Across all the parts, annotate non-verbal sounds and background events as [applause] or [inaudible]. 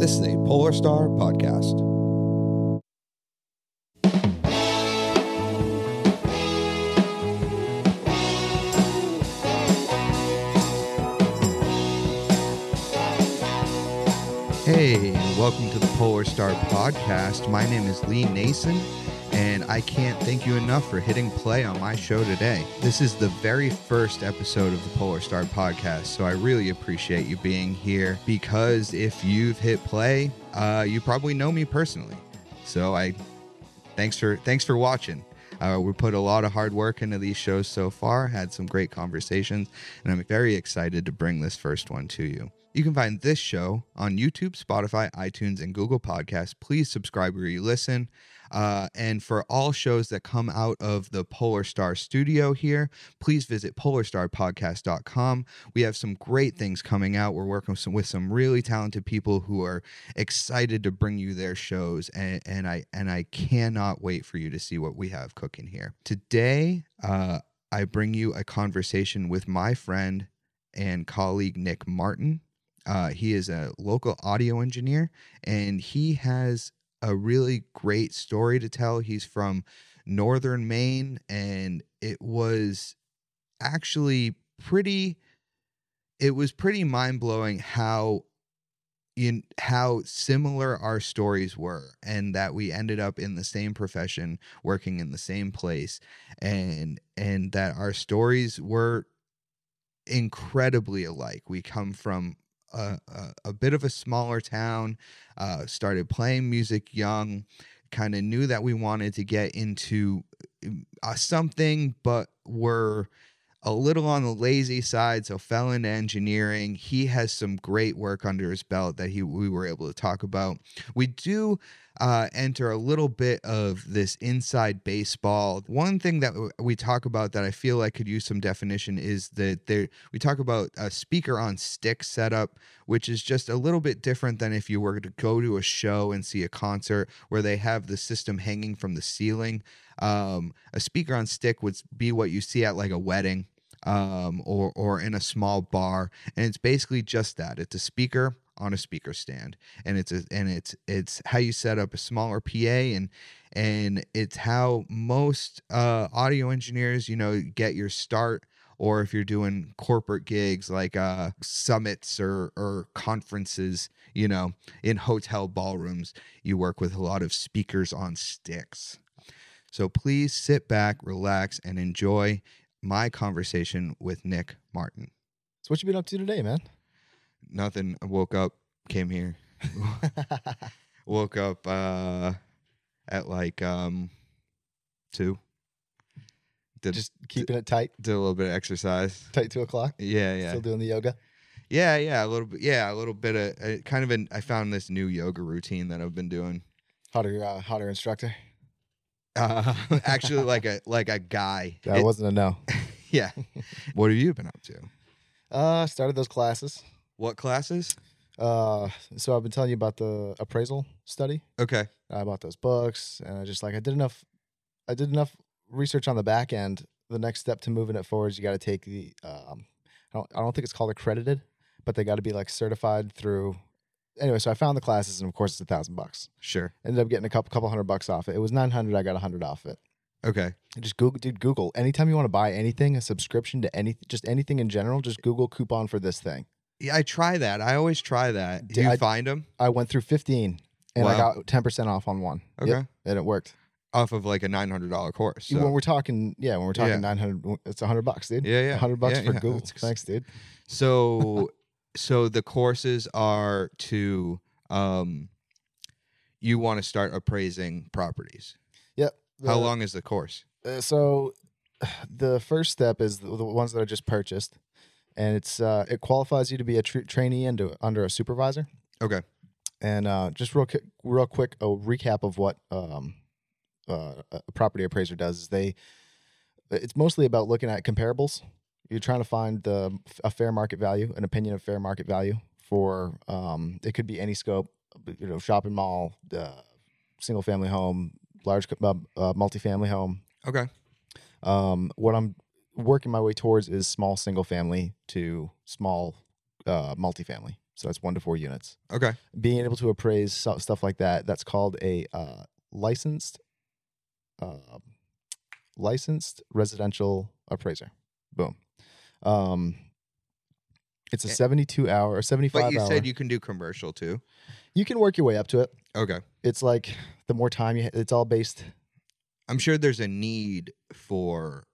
This is a Polar Star podcast. Hey, and welcome to the Polar Star podcast. My name is Lee Nason, and I can't thank you enough for hitting play on my show today. This is the very first episode of the Polar Star podcast, so I really appreciate you being here because if you've hit play, uh, you probably know me personally. So I thanks for thanks for watching. Uh, we put a lot of hard work into these shows so far, had some great conversations, and I'm very excited to bring this first one to you. You can find this show on YouTube, Spotify, iTunes, and Google Podcasts. Please subscribe where you listen. Uh, and for all shows that come out of the Polar Star studio here, please visit polarstarpodcast.com. We have some great things coming out. We're working with some, with some really talented people who are excited to bring you their shows and, and I and I cannot wait for you to see what we have cooking here. Today, uh, I bring you a conversation with my friend and colleague Nick Martin. Uh, he is a local audio engineer and he has a really great story to tell. He's from northern Maine and it was actually pretty it was pretty mind-blowing how in how similar our stories were and that we ended up in the same profession working in the same place and and that our stories were incredibly alike we come from a, a, a bit of a smaller town uh, started playing music young kind of knew that we wanted to get into uh, something but were a little on the lazy side, so fell into engineering. He has some great work under his belt that he we were able to talk about. We do uh, enter a little bit of this inside baseball. One thing that w- we talk about that I feel like could use some definition is that there we talk about a speaker on stick setup, which is just a little bit different than if you were to go to a show and see a concert where they have the system hanging from the ceiling. Um, a speaker on stick would be what you see at like a wedding um, or or in a small bar, and it's basically just that. It's a speaker on a speaker stand, and it's a, and it's it's how you set up a smaller PA, and and it's how most uh, audio engineers, you know, get your start. Or if you're doing corporate gigs like uh, summits or, or conferences, you know, in hotel ballrooms, you work with a lot of speakers on sticks. So please sit back, relax, and enjoy my conversation with Nick Martin. So what you been up to today, man? Nothing. I woke up, came here, [laughs] woke up uh, at like um, two. Did Just keeping it tight, did a little bit of exercise. tight two o'clock. Yeah, yeah, Still doing the yoga. yeah, yeah. A little bit. Yeah, a little bit of uh, kind of. An, I found this new yoga routine that I've been doing. Hotter, uh, hotter instructor. Uh, [laughs] actually, like a like a guy. That It- wasn't a no. [laughs] yeah. [laughs] what have you been up to? Uh, started those classes. What classes? Uh, so I've been telling you about the appraisal study. Okay. I bought those books, and I just like I did enough. I did enough research on the back end. The next step to moving it forward is you got to take the. Um, I don't. I don't think it's called accredited, but they got to be like certified through. Anyway, so I found the classes, and of course it's a thousand bucks. Sure. Ended up getting a couple couple hundred bucks off it. It was nine hundred. I got a hundred off it. Okay. And Just Google, dude. Google anytime you want to buy anything, a subscription to any, just anything in general. Just Google coupon for this thing. Yeah, I try that. I always try that. Do Did you I- find them? I went through fifteen, and I Wow. got ten percent off on one. Yep, Okay. and it worked. Off of like a nine hundred dollar course. So. When we're talking, yeah, when we're talking Yeah. nine hundred, it's hundred bucks, dude. yeah, yeah. hundred bucks Yeah, for yeah, Google. that's- Thanks, dude. [laughs] So, so the courses are to, um, you want to start appraising properties. How The- long is the course? uh, so [sighs] the first step is the, the ones that I just purchased, and it's uh, it qualifies you to be a tr- trainee into, under a supervisor. Okay. And uh, just real quick, real quick, a recap of what um, uh, a property appraiser does is they. It's mostly about looking at comparables. You're trying to find the a fair market value, an opinion of fair market value for um, it could be any scope, you know, shopping mall, uh, single family home, large co- uh, uh, multifamily home, Okay. um, what I'm working my way towards is small single family to small uh, multifamily. So that's one to four units. Okay. Being able to appraise so- stuff like that, that's called a uh, licensed, uh, licensed residential appraiser. Boom. Um, it's a Eh. seventy-two hour or seventy-five. But you hour. said you can do commercial too. you can work your way up to it. Okay. It's like the more time you, ha- it's all based I'm sure there's a need for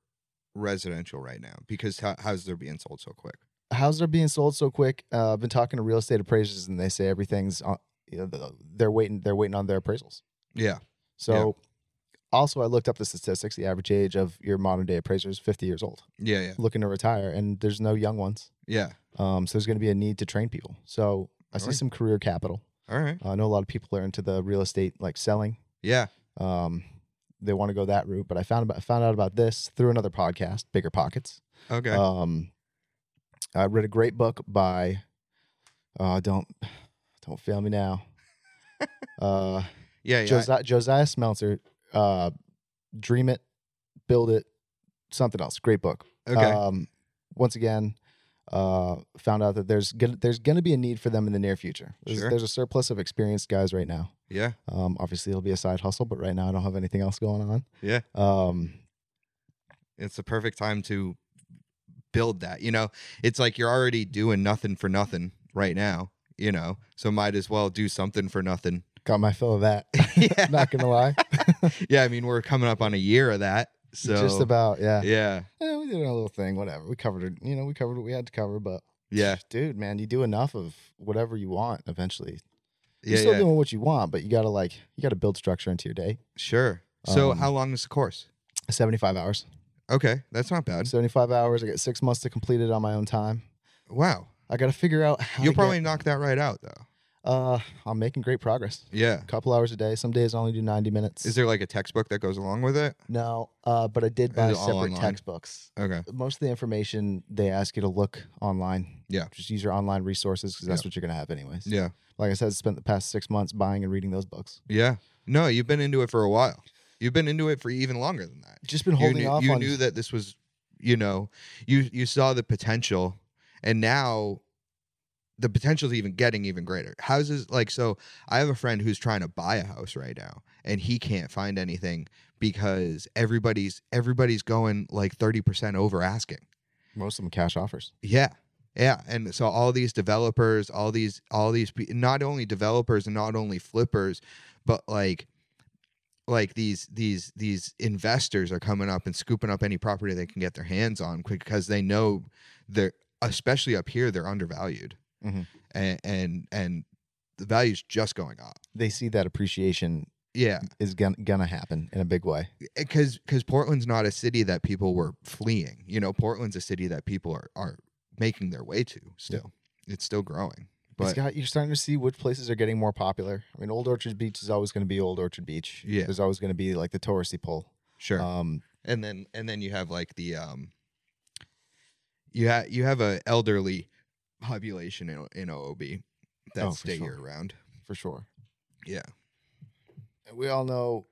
residential right now because how, how's they're being sold so quick? houses are being sold so quick. Uh, I've been talking to real estate appraisers, and they say everything's on. You know, the- they're waiting. They're waiting on their appraisals. Yeah. So, also, I looked up the statistics. The average age of your modern day appraiser is fifty years old, Yeah. Yeah. looking to retire, and there's no young ones. Yeah. Um, so there's going to be a need to train people. So I see Alright. some career capital. Uh, All right. I know a lot of people are into the real estate, like selling. Yeah. Um, they want to go that route, but I found about found out about this through another podcast, Bigger Pockets. Okay. Um, I read a great book by. Uh, don't don't fail me now. uh, [laughs] yeah. Yeah. Josiah, Josiah Smelter. Uh, Dream it, build it, something else. Great book. okay. Um, once again, uh, found out that there's gonna, there's going to be a need for them in the near future. There's, Sure. there's a surplus of experienced guys right now. yeah. Um, obviously it'll be a side hustle, but right now I don't have anything else going on. Yeah. Um, It's the perfect time to build that. You know, it's like you're already doing nothing for nothing right now, you know, so might as well do something for nothing. [laughs] got my fill of that. yeah. [laughs] Not gonna lie. [laughs] yeah. I mean, we're coming up on a year of that. So, Just about yeah. yeah. Yeah, Eh, we did our little thing, whatever. We covered it. You know, we covered what we had to cover, but Yeah. dude, man, you do enough of whatever you want eventually. You're Yeah. still yeah. doing what you want, but you gotta like you gotta build structure into your day. Sure. So, Um, how long is the course? Seventy five hours. Okay. That's not bad. Seventy five hours. I got six months to complete it on my own time. Wow. I gotta figure out how You'll to probably get- knock that right out, though. uh I'm making great progress. Yeah. A couple hours a day. Some days I only do ninety minutes. Is there like a textbook that goes along with it? no, uh, but I did Is buy it all separate online? textbooks. Okay. Most of the information they ask you to look online. Yeah. Just use your online resources because that's what you're gonna have anyways. Yeah. like I said, spent the past six months buying and reading those books. Yeah. No, you've been into it for a while. You've been into it for even longer than that. Just been holding you knew, off you on. knew that this was, you know, you you saw the potential, and now the potential's even getting even greater. Houses like so. I have a friend who's trying to buy a house right now, and he can't find anything because everybody's everybody's going like thirty percent over asking. most of them cash offers. Yeah. Yeah, and so all these developers, all these all these pe- not only developers and not only flippers, but like like these these these investors are coming up and scooping up any property they can get their hands on quick because they know they're especially up here they're undervalued. Mhm. And and and the value's just going up. They see that appreciation Yeah. is gonna, gonna happen in a big way. because because Portland's not a city that people were fleeing. You know, Portland's a city that people are are making their way to. Still, it's still growing. But But you're starting to see which places are getting more popular. I mean, Old Orchard Beach is always going to be Old Orchard Beach. Yeah. there's always going to be like the touristy pull. sure, Um, Uh, and then and then you have like the um, you have you have a elderly population in in OOB that Oh, for stay sure. year round. for sure. Yeah, And we all know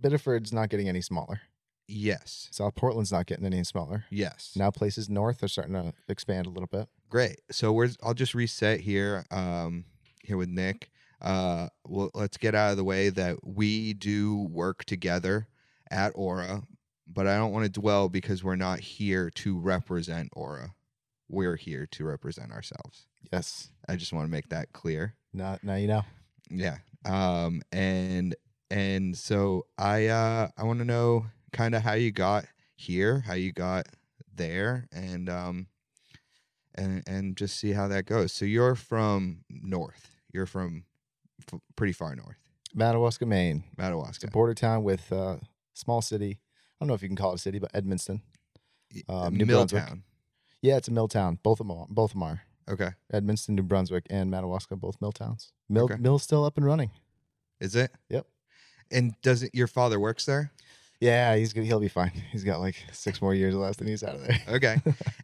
Biddeford's not getting any smaller. yes, South Portland's not getting any smaller. yes. Now places north are starting to expand a little bit. great so we're i'll just reset here um here with nick uh well let's get out of the way that we do work together at aura but i don't want to dwell because we're not here to represent aura we're here to represent ourselves Yes. i just want to make that clear Now, now you know. yeah um and and so i uh i want to know kind of how you got here how you got there and um and and just see how that goes so you're from north you're from f- pretty far north Madawaska, Maine. It's a madawaska border town with uh, small city. I don't know if you can call it a city, but Edmonston. um, New Brunswick. milltown Yeah, it's a mill town. Both of them, are- both of them are okay Edmonston, New Brunswick, and Madawaska, both mill towns. Mill Okay. mill's still up and running. is it Yep. and doesn't your father works there Yeah, he's gonna, he'll be fine. [laughs] He's got like six more years left, and he's out of there. okay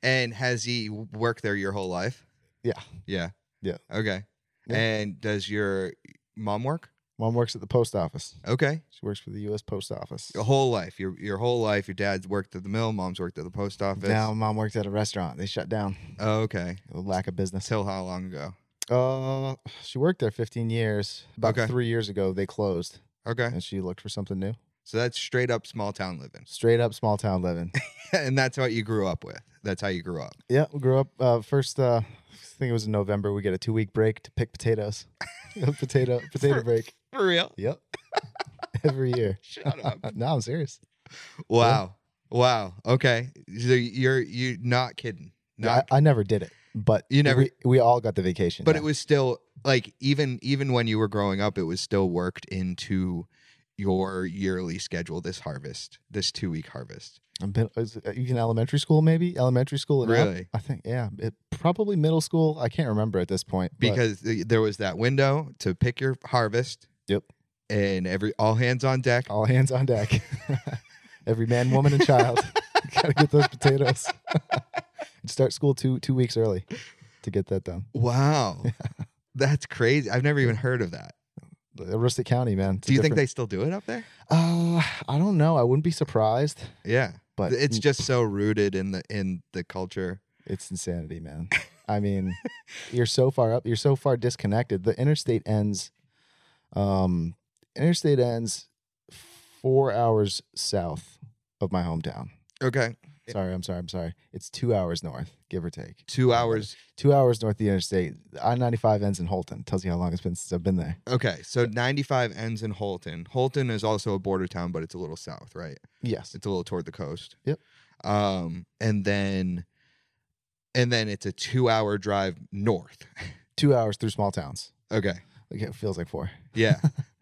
and has he worked there your whole life [laughs] Yeah. yeah Yeah. okay Yeah. and does your mom work Mom works at the post office. Okay. She works for the U.S. Post Office. Your whole life, your your whole life, your dad's worked at the mill, mom's worked at the post office. Now, mom worked at a restaurant. They shut down. Oh, okay. Lack of business. Till how long ago? Uh, she worked there 15 years. About Okay. three years ago, they closed, Okay. and she looked for something new. So that's straight up small town living. [laughs] Straight up small town living. and that's what you grew up with. That's how you grew up. yeah, we grew up. Uh, first, uh, I think it was in November. We get a two week break to pick potatoes. [laughs] potato [laughs] potato break. For real? Yep. [laughs] Every year. Uh, Shut up. no, I'm serious. [laughs] Wow. Wow. Okay. So you're you're not kidding. No, Not I, I never did it, but You never- We, we all got the vacation, but yeah. it was still like even even when you were growing up it was still worked into your yearly schedule this harvest this two week harvest a bit, uh, is it even elementary school, maybe elementary school. and up? Really? I think yeah. It, probably middle school. I can't remember at this point. but- because th- there was that window to pick your harvest Yep. and every all hands on deck all hands on deck. [laughs] Every man, woman, and [laughs] child gotta get those potatoes. [laughs] and start school two two weeks early to get that done. [laughs] [laughs] wow that's crazy i've never even heard of that Aroostook County, man. do you think they still do it up there they? Uh, I don't know. I wouldn't be surprised, yeah but it's just so rooted in the in the culture it's [laughs] insanity, man. I mean, you're so far up. You're so far disconnected. The interstate ends. Um, interstate ends four hours south of my hometown. okay Sorry, I'm sorry, I'm sorry. It's two hours north, give or take. two hours two hours north of the interstate. I ninety five ends in Holton. Tells you how long it's been since I've been there. okay so 95 ends in holton holton is also a border town but it's a little south right Yes. It's a little toward the coast. Yep. Um, and then, and then it's a two-hour drive north. Two hours through small towns. Okay. Like it feels like four. Yeah.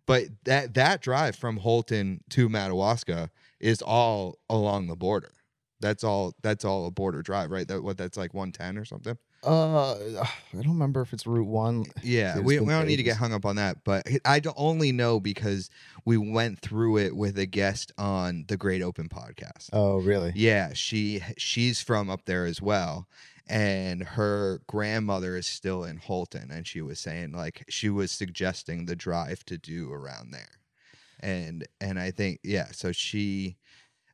but that that drive from Holton to Madawaska is all along the border. That's all. That's all a border drive, right? That what that's like one ten or something. Uh I don't remember if it's Route One. Yeah, It's we, been we don't need to get ages. hung up on that, but I d- only know because we went through it with a guest on the Great Open podcast. Oh really? Yeah, she she's from up there as well, and her grandmother is still in Holton, and she was saying like she was suggesting the drive to do around there, and and I think yeah, so she,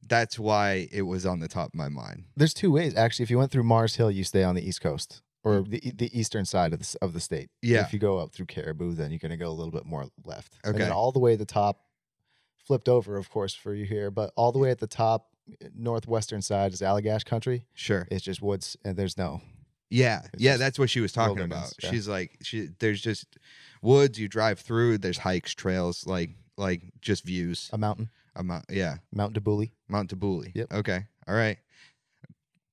that's why it was on the top of my mind. There's two ways actually. If you went through Mars Hill, you stay on the East Coast or the e- the eastern side of the s- of the state. Yeah. If you go up through Caribou, then you're gonna go a little bit more left. And then Okay. all the way at the top, flipped over, of course, for you here, but all the way at the top, eh, northwestern side is Allagash Country. Sure. It's just woods and there's no Yeah, It's yeah, just that's what she was talking about. wilderness, yeah. She's like, she there's just woods you drive through. There's hikes, trails, like like just views. a mountain, I'm not, yeah. Mount Debuli. Mount Tabuli. Yep. Okay. All right.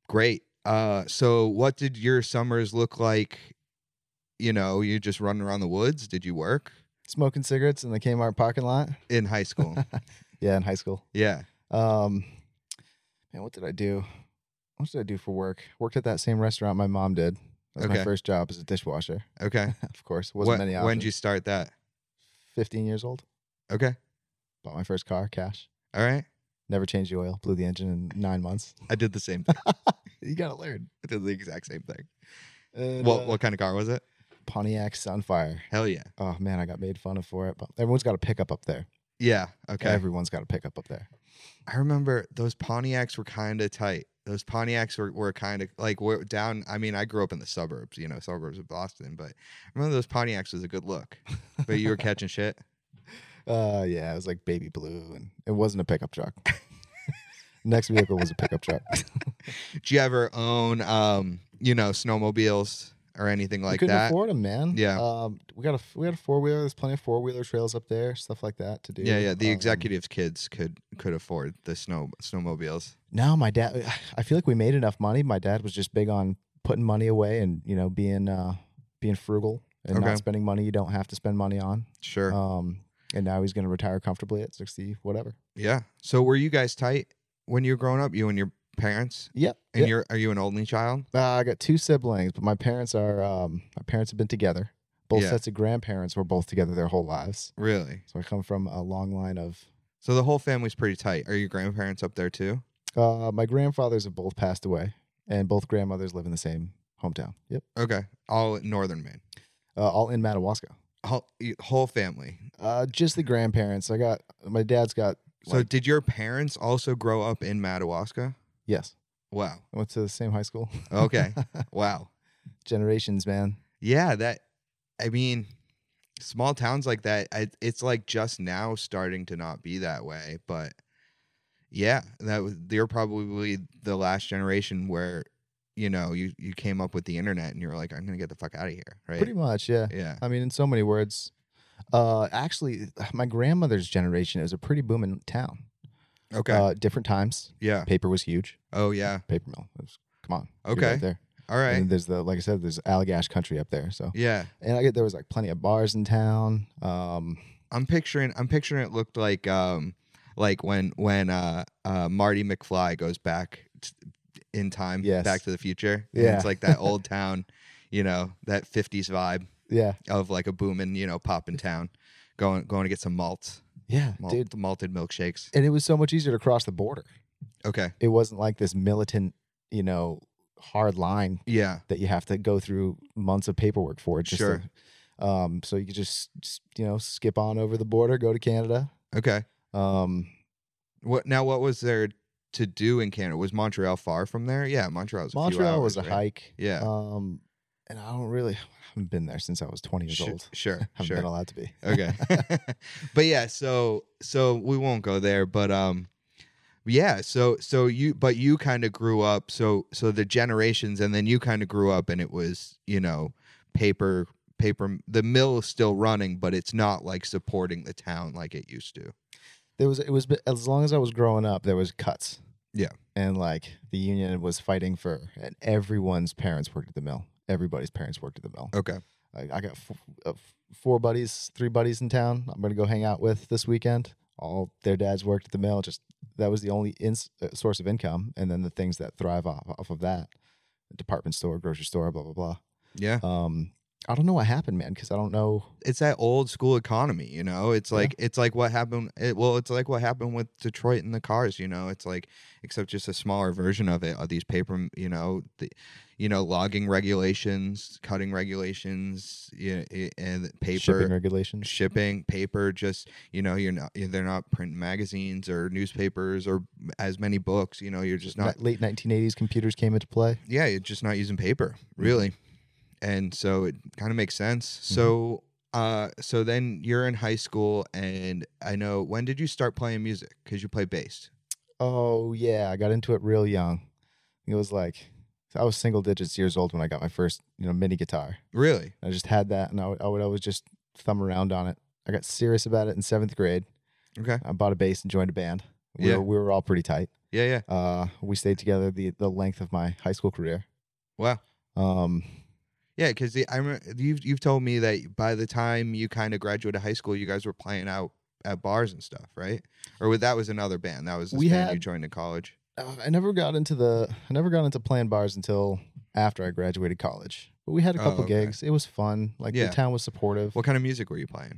Great. Uh, so what did your summers look like? You know, you just running around the woods. Did you work smoking cigarettes in the Kmart parking lot. in high [laughs] school? Yeah, in high school. yeah. Um, man, what did I do? What did I do for work? Worked at that same restaurant my mom did. That's Okay. my first job as a dishwasher. [laughs] Okay. of course, wasn't Wh- many options. when did you start that? Fifteen years old. Okay. Bought my first car, cash. All right. Never changed the oil. Blew the engine in nine months. [laughs] I did the same [laughs] thing. you gotta learn. I did the exact same thing. And, What [laughs] uh, what kind of car was it? Pontiac Sunfire. Hell yeah. Oh man, I got made fun of for it. But everyone's got a pickup up there. Yeah. Okay. Everyone's got a pickup up there. I remember those Pontiacs were kind of tight. Those Pontiacs were, were kind of like we're down. I mean, I grew up in the suburbs, you know, suburbs of Boston, but I remember those Pontiacs was a good look. But [laughs] you were catching shit. Uh, yeah, it was like baby blue, and it wasn't a pickup truck. [laughs] Next vehicle was a pickup truck. Did you ever own, um, you know, snowmobiles or anything we like couldn't that? afford them, man. Yeah. um, we got a we had a four wheeler. There's plenty of four wheeler trails up there, stuff like that to do. yeah, yeah. The Um, executives' kids could could afford the snow snowmobiles. No, my dad. I feel like we made enough money. My dad was just big on putting money away and you know being uh being frugal and Okay. not spending money you don't have to spend money on. Sure. Um, and now he's gonna retire comfortably at sixty, whatever. yeah. So were you guys tight when you were growing up? You and your parents? Yep. And yep. you're are you an only child? Uh, I got two siblings, but my parents are um, my parents have been together. Both Yeah. sets of grandparents were both together their whole lives. Really? So I come from a long line of. So the whole family's pretty tight. Are your grandparents up there too? Uh, my grandfathers have both passed away, and both grandmothers live in the same hometown. Yep, Okay. All northern Maine. uh, all in Madawaska. Whole, y- whole family. Uh, just the grandparents. I got my dad's got So, Like- did your parents also grow up in Madawaska? yes. Wow. I went to the same high school. [laughs] Okay. wow. Generations, man. Yeah, that. I mean, small towns like that. I, it's like just now starting to not be that way, but yeah, that was you're probably the last generation where you know you you came up with the internet and you were like, I'm gonna get the fuck out of here, right? Pretty much, yeah. yeah. I mean, in so many words. Uh, actually, [sighs] my grandmother's generation it was a pretty booming town. Okay. Uh, different times. yeah. Paper was huge. Oh yeah. Paper mill. It was, come on. you're Okay. right there. All And right. then there's the like I said, there's Allagash country up there. So Yeah. and I get there was like plenty of bars in town. Um, I'm picturing. I'm picturing it looked like um like when when uh uh Marty McFly goes back t- in time, Yes. Back to the Future. And Yeah. It's like that old town, you know, that '50s vibe yeah, of like a booming, you know, poppin' town, going going to get some malts, yeah, malt, dude. malted milkshakes. And it was so much easier to cross the border. Okay. It wasn't like this militant, you know, hard line Yeah. that you have to go through months of paperwork for. Just to- Sure. um, so you could just, just you know skip on over the border, go to Canada. Okay. Um, What now? What was there to do in Canada? Was Montreal far from there? Yeah, Montreal was. A few Montreal was a hours, right? hike. Yeah. Um, and I don't really [sighs] I haven't been there since I was 20 years Sure- old. [laughs] Sure. haven't sure. been allowed to be. okay [laughs] but yeah so so we won't go there but um yeah so so you but you kind of grew up so so the generations and then you kind of grew up and it was you know paper paper the mill is still running but it's not like supporting the town like it used to there was it was as long as I was growing up, there was cuts. Yeah. and like the union was fighting for, and everyone's parents worked at the mill. Everybody's parents worked at the mill. okay Like I got f- uh, f- four buddies, three buddies in town. I'm gonna go hang out with this weekend. All their dads worked at the mill. Just that was the only ins uh, source of income, and then the things that thrive off off of that: department store, grocery store, blah blah yeah blah. Um, I don't know what happened, man, because I don't know. it's that old school economy you know it's Yeah. like it's like what happened it, well it's like what happened with detroit and the cars you know it's like except just a smaller version of it are these paper you know the, you know logging regulations cutting regulations you know, and paper Shipping mm-hmm. shipping, regulations. paper just you know you're not they're not printing magazines or newspapers or as many books you know you're just not late 1980s computers came into play. yeah, you're just not using paper, Mm-hmm. really. And so it kind of makes sense. So uh so then you're in high school and I know when did you start playing music? Cuz you play bass. Oh yeah, I got into it real young. It was like I was single digits years old when I got my first, you know, mini guitar. Really? I just had that, and I would, I would always just thumb around on it. I got serious about it in seventh grade. Okay. I bought a bass and joined a band. We, Yeah. were, we were all pretty tight. Yeah, yeah. Uh, we stayed together the the length of my high school career. Wow. Um, Yeah, cuz I remember you've you've told me that by the time you kind of graduated high school, you guys were playing out at bars and stuff, right? Or wa- that was another band. That was this We band you had- joined in college. uh, I never got into the I never got into playing bars until after I graduated college. But we had a Oh, couple okay. gigs. It was fun. Like Yeah. the town was supportive. What kind of music were you playing?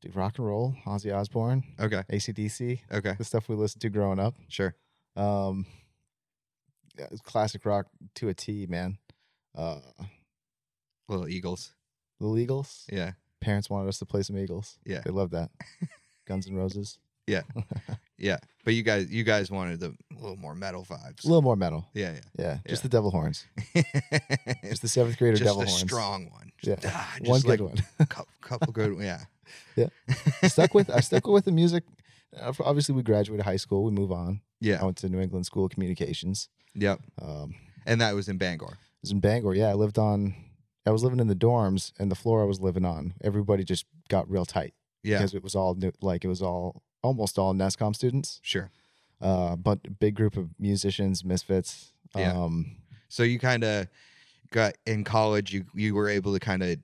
Dude, rock and roll, Ozzy Osbourne, Okay. ACDC. Okay. the stuff we listened to growing up. Sure. Um, yeah, it's classic rock to a T, man. Uh, Little Eagles. the Eagles. Yeah. [laughs] Parents wanted us to play some Eagles. Yeah. They loved that. Guns and Roses. Yeah. But you guys you guys wanted the a little more metal vibes. A little more metal. Yeah, Yeah, Yeah. just the devil horns. yeah. [laughs] Just the seventh grader just devil a horns. strong one. Yeah. Just, ah, one just like good one. a couple, couple good. Yeah. [laughs] [laughs] Yeah. stuck with I stuck with the music. Uh, Obviously, we graduated high school. We move on. I Yeah. went to New England School of Communications. Yep. Um, And that was in Bangor. was in Bangor. Yeah, I lived on. I was living in the dorms, and the floor I was living on, everybody just got real tight Yeah. because it was all new, like it was all almost all NESCOM students, sure. uh, but a big group of musicians, misfits. Yeah. Um, So you kind of got in college. You you were able to kind of,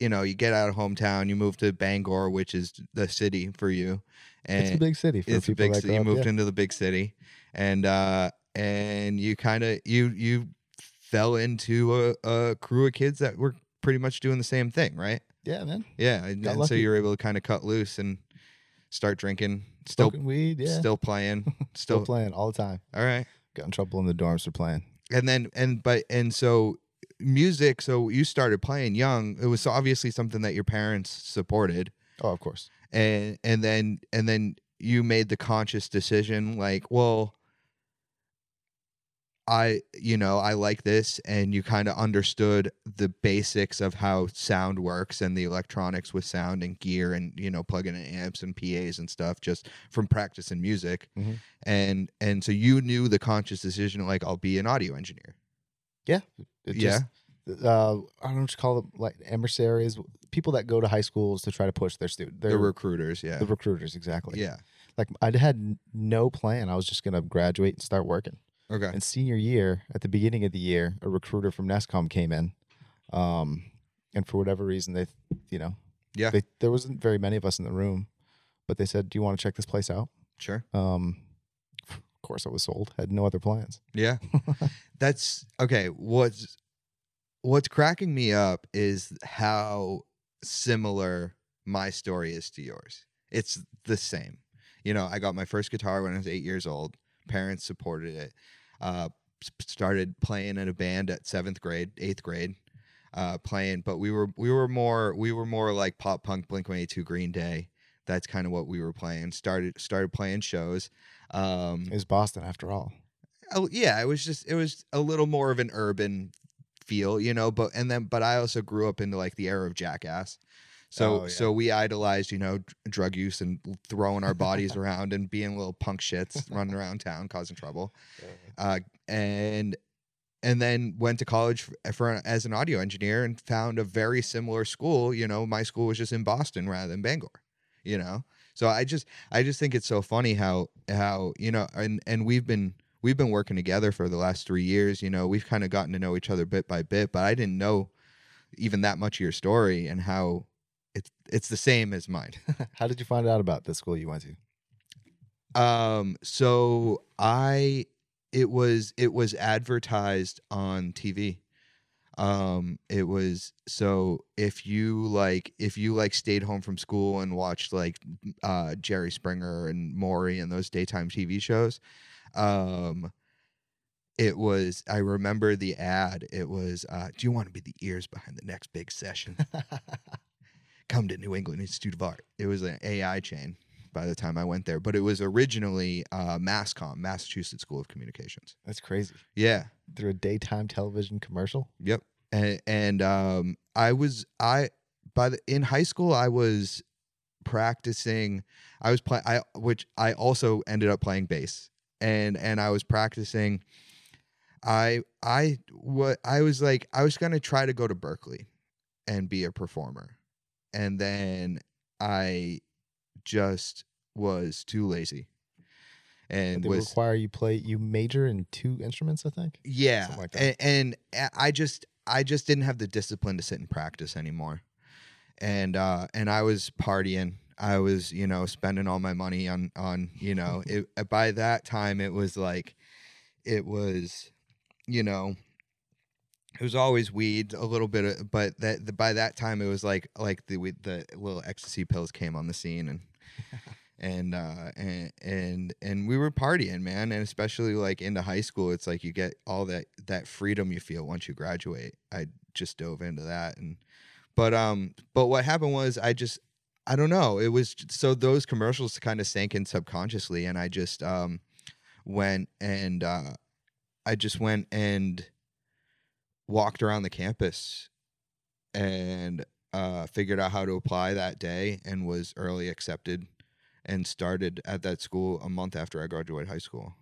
you know, you get out of hometown. You move to Bangor, which is the city for you. And it's a big city for it's a people big that city. grow You up, moved yeah. into the big city, and uh, and you kind of you you fell into a, a crew of kids that were pretty much doing the same thing, right? Yeah, man. Yeah, and, Got and so lucky. you were able to kind of cut loose and start drinking, still Smoking weed. Yeah. Still, still [laughs] playing, still, playing all the time. all right. Got in trouble in the dorms for playing. And then and but and so music. So you started playing young. It was obviously something that your parents supported, Oh, of course. and and then and then you made the conscious decision, like, well, I you know I like this, and you kind of understood the basics of how sound works and the electronics with sound and gear and you know plugging in amps and PA's and stuff just from practicing music, Mhm. and and so you knew the conscious decision, like, I'll be an audio engineer. It yeah. just- Uh, I don't know what you call them, like emissaries, people that go to high schools to try to push their student, the their, recruiters, yeah. the recruiters, exactly. yeah. Like I had n- no plan. I was just gonna graduate and start working. Okay. In senior year, at the beginning of the year, a recruiter from NESCOM came in, um, and for whatever reason, they, you know, Yeah. they, there wasn't very many of us in the room, but they said, "Do you want to check this place out?" Sure. Um, of course, I was sold. Had no other plans. Yeah. That's okay. What's what's cracking me up is how similar my story is to yours. It's the same. You know, I got my first guitar when I was eight years old. Parents supported it. Uh, s- started playing in a band at seventh grade, eighth grade, uh, playing. But we were we were more we were more like pop punk, Blink One Eight Two, Green Day. That's kind of what we were playing. Started started playing shows. Um, It was Boston after all. oh yeah it was just it was a little more of an urban feel you know but and then but i also grew up into like the era of jackass so Oh, yeah. so we idolized you know dr- drug use and throwing our [laughs] bodies around and being little punk shits running around town causing trouble uh and and then went to college f- for as an audio engineer and found a very similar school you know my school was just in boston rather than bangor you know so i just i just think it's so funny how how you know and and we've been we've been working together for the last three years you know we've kind of gotten to know each other bit by bit but i didn't know even that much of your story and how it's it's the same as mine [laughs] How did you find out about the school you went to? um so i it was it was advertised on tv um it was so if you like if you like stayed home from school and watched like uh jerry springer and maury and those daytime tv shows um it was i remember the ad it was uh do you want to be the ears behind the next big session [laughs] come to New England Institute of Art. It was an AI chain by the time I went there, but it was originally uh, MassCom, Massachusetts School of Communications. That's crazy. Yeah. Through a daytime television commercial. Yep. And, and um, I was I by the in high school I was practicing. I was playing. I which I also ended up playing bass, and and I was practicing. I I what I was like I was gonna try to go to Berkeley, and be a performer, and then I just was too lazy, and they was require you play you major in two instruments, I think. yeah, Something like and, that. and a- I just I just didn't have the discipline to sit and practice anymore, and uh, and I was partying. I was you know spending all my money on on you know it, uh, by that time it was like it was you know it was always weed a little bit of, but that the, by that time it was like like the we- the little ecstasy pills came on the scene and and uh and and and we were partying man and especially like into high school it's like you get all that that freedom you feel once you graduate i just dove into that and but um but what happened was i just i don't know it was j- so those commercials kind of sank in subconsciously and i just um went and uh i just went and walked around the campus and uh figured out how to apply that day and was early accepted and started at that school a month after I graduated high school.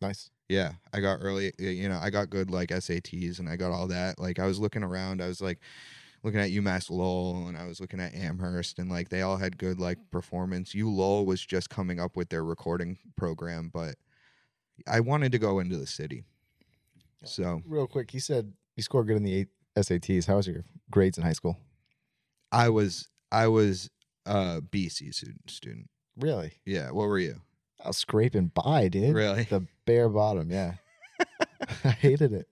Nice. Yeah, I got early, you know, I got good like SATs and I got all that. Like I was looking around, I was like looking at UMass Lowell and I was looking at Amherst and like they all had good like performance. U Lowell was just coming up with their recording program, but I wanted to go into the city. So Real quick, you said you scored good in the eight SATs. How was your grades in high school? I was I was a BC student student. Really? Yeah, what were you? I was scraping by, dude. Really? The bare [laughs] bottom, yeah. [laughs] I hated it.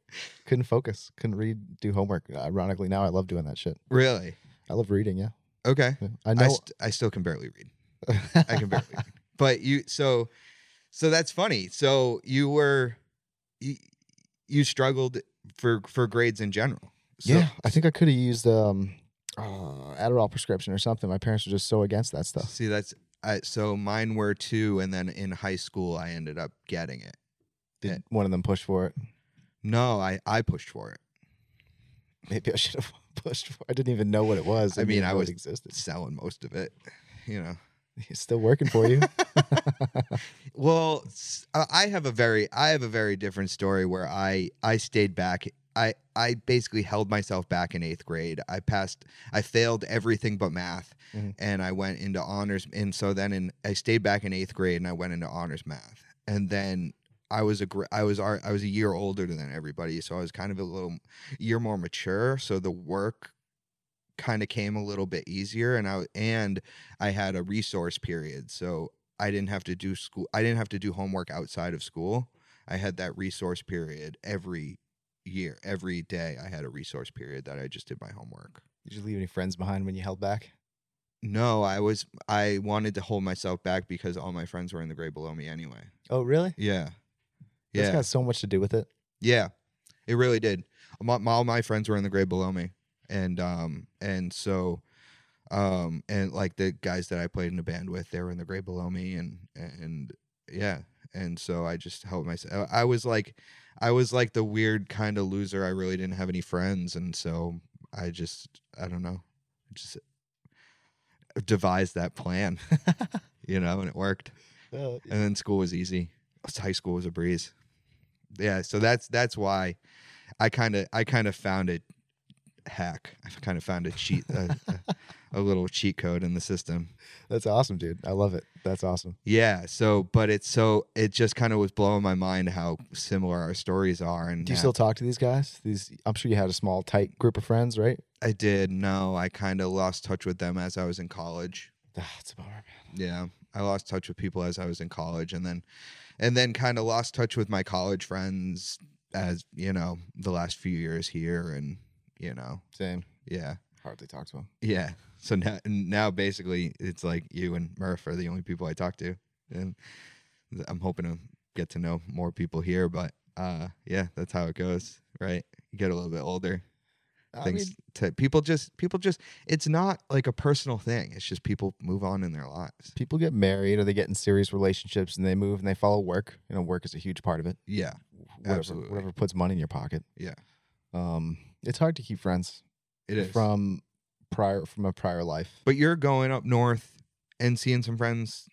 Couldn't focus. Couldn't read, do homework. Ironically, now I love doing that shit. Really? I love reading, yeah. Okay. Yeah. I I, know [laughs] st- I still can barely read. I can barely. read. But you so so that's funny. So you were you, you struggled for for grades in general. So- yeah, I think I could have used um, uh, Adderall prescription or something. My parents were just so against that stuff. See, that's I, so mine were too, and then in high school I ended up getting it. Did Yeah. one of them push for it? No, I I pushed for it, Maybe I should have [laughs] pushed for. I didn't even know what it was. I didn't mean, even I know was- it existed. [laughs] selling most of it, you know. It's still working [laughs] for you. Well, s- I I have a very I have a very different story where I I stayed back. I I basically held myself back in 8th grade. I passed I failed everything but math Mhm. and I went into honors and so then in I stayed back in 8th grade and I went into honors math. And then I was a gr- I was ar- I was a year older than everybody, so I was kind of a little year more mature, so the work kind of came a little bit easier and I and I had a resource period. So I didn't have to do school. I didn't have to do homework outside of school. I had that resource period every year, every day. I had a resource period that I just did my homework. Did you leave any friends behind when you held back? No, I was I wanted to hold myself back because all my friends were in the grade below me anyway. Oh, really? Yeah, That's yeah, got so much to do with it. yeah. It really did. My, my- all my friends were in the grade below me, and um and so um and like the guys that I played in the band with, they were in the grade below me, and and yeah, and so I just held myself. I was like, I was like the weird kind of loser. I really didn't have any friends, and so I just I don't know, just devised that plan, [laughs] you know, and it worked. Uh, And then school was easy. High school was a breeze. Yeah, so that's that's why I kind of I kind of found a hack. I kind of found a cheat a, a, a little cheat code in the system. that's awesome, dude. I love it. That's awesome. Yeah, so but it's so it just kind of was blowing my mind how similar our stories are and Do you how- still talk to these guys? These, I'm sure you had a small, tight group of friends, right? I did. No, I kind of lost touch with them as I was in college. Ah, it's a bummer. Yeah, I lost touch with people as I was in college, and then, and then kind of lost touch with my college friends as you know the last few years here, and you know, Same. yeah, Hardly talk to them. yeah. So now, now basically, it's like you and Murph are the only people I talk to, and th- I'm hoping to get to know more people here. But uh, yeah, that's how it goes, right? You get a little bit older, things t- people just people just it's not like a personal thing. It's just people move on in their lives. people get married or they get in serious relationships and they move and they follow work. You know, work is a huge part of it. Yeah. Whatever, Absolutely. Whatever puts money in your pocket. Yeah. Um, it's hard to keep friends It is. from prior from a prior life. but you're going up north and seeing some friends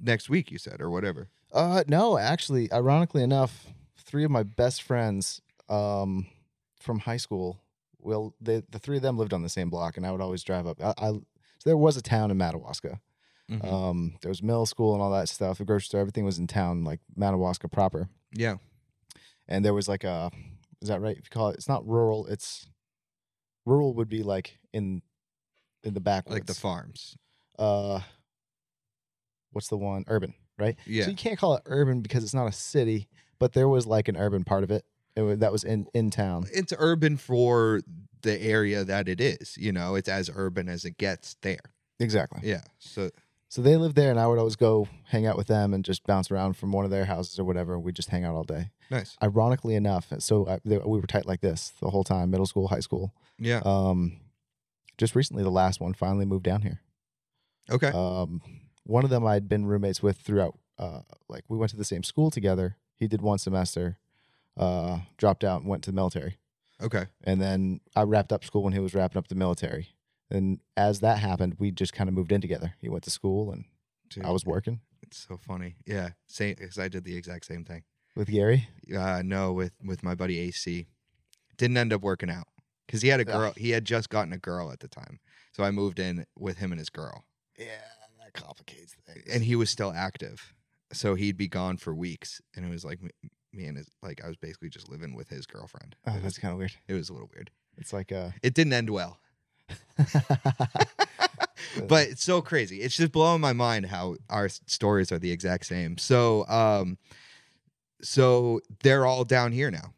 next week, you said, or whatever. Uh, no, actually, ironically enough, three of my best friends, um, from high school, well, they, the three of them lived on the same block, and I would always drive up. I, I so there was a town in Madawaska. Mm-hmm. Um, there was middle school and all that stuff. The grocery store, everything was in town, like Madawaska proper. yeah. and there was like a is that right if you call it it's not rural it's rural would be like in in the backwoods Like the farms. uh what's the one urban right Yeah. so you can't call it urban because it's not a city but there was like an urban part of it, it wa- that was in in town It's urban for the area that it is. You know, it's as urban as it gets there. exactly Yeah. So, so they lived there and i would always go hang out with them and just bounce around from one of their houses or whatever we'd just hang out all day nice. ironically enough so I, they, we were tight like this the whole time middle school high school Yeah. um just recently the last one finally moved down here Okay. Um, one of them I'd been roommates with throughout. Uh, like we went to the same school together. He did one semester, uh, dropped out and went to the military. okay. And then I wrapped up school when he was wrapping up the military. And as that happened, we just kind of moved in together. He went to school and Dude, I was working It's so funny. Yeah. Same, because I did the exact same thing. with Gary. Uh, no, with, with my buddy AC. Didn't end up working out because he had a Yeah. girl. He had just gotten a girl at the time. So I moved in with him and his girl. Yeah, that complicates things. and he was still active so he'd be gone for weeks and it was like me- me and his like i was basically just living with his girlfriend oh, it, was, that's kind of weird. it was a little weird It's like [laughs] uh, it didn't end well [laughs] but it's so crazy it's just blowing my mind how our s- stories are the exact same so um so they're all down here now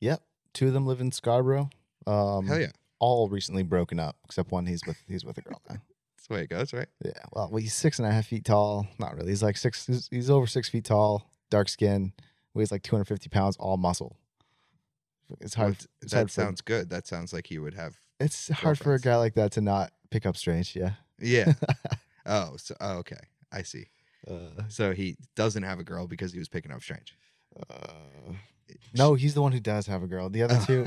yep. Two of them live in Scarborough. Um, hell yeah All recently broken up except one. He's with he's with a girl now. [laughs] that's the way it goes right Yeah, well, well, he's six and a half feet tall. Not really. He's like six. He's, he's over six feet tall. Dark skin. Weighs like 250 pounds. All muscle. It's Well, hard. th- it's that hard for- sounds good. That sounds like he would have. It's hard for a girlfriends. guy like that to not pick up strange. Yeah. Yeah. [laughs] oh, so oh, okay. I see. Uh, So he doesn't have a girl because he was picking up strange. uh, no, he's the one who does have a girl. The other Oh. [laughs] two,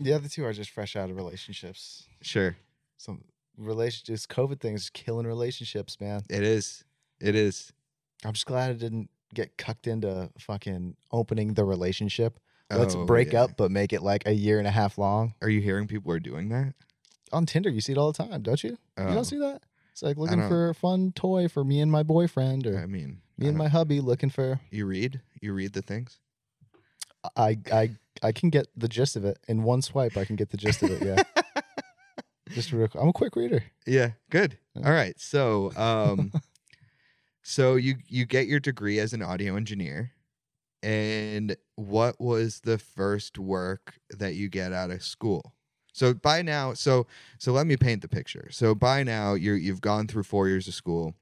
the other two are just fresh out of relationships. Sure. Some relationships, COVID thing is killing relationships, man. It is. It is. I'm just glad I didn't get cucked into fucking opening the relationship. Let's Oh, break yeah. up, but make it like a year and a half long. Are you hearing people are doing that? On Tinder, you see it all the time, don't you? You Oh, don't see that? It's like looking don't- for a fun toy for me and my boyfriend, or I mean, me I and don't- my hubby looking for. [laughs] You read. You read the things. I I I can get the gist of it in one swipe. I can get the gist of it. Yeah, [laughs] just real. I'm a quick reader. Yeah. Good. Yeah. All right. So, [laughs] um, so you you get your degree as an audio engineer, and what was the first work that you get out of school? So by now, so so let me paint the picture. So by now, you you've gone through four years of school.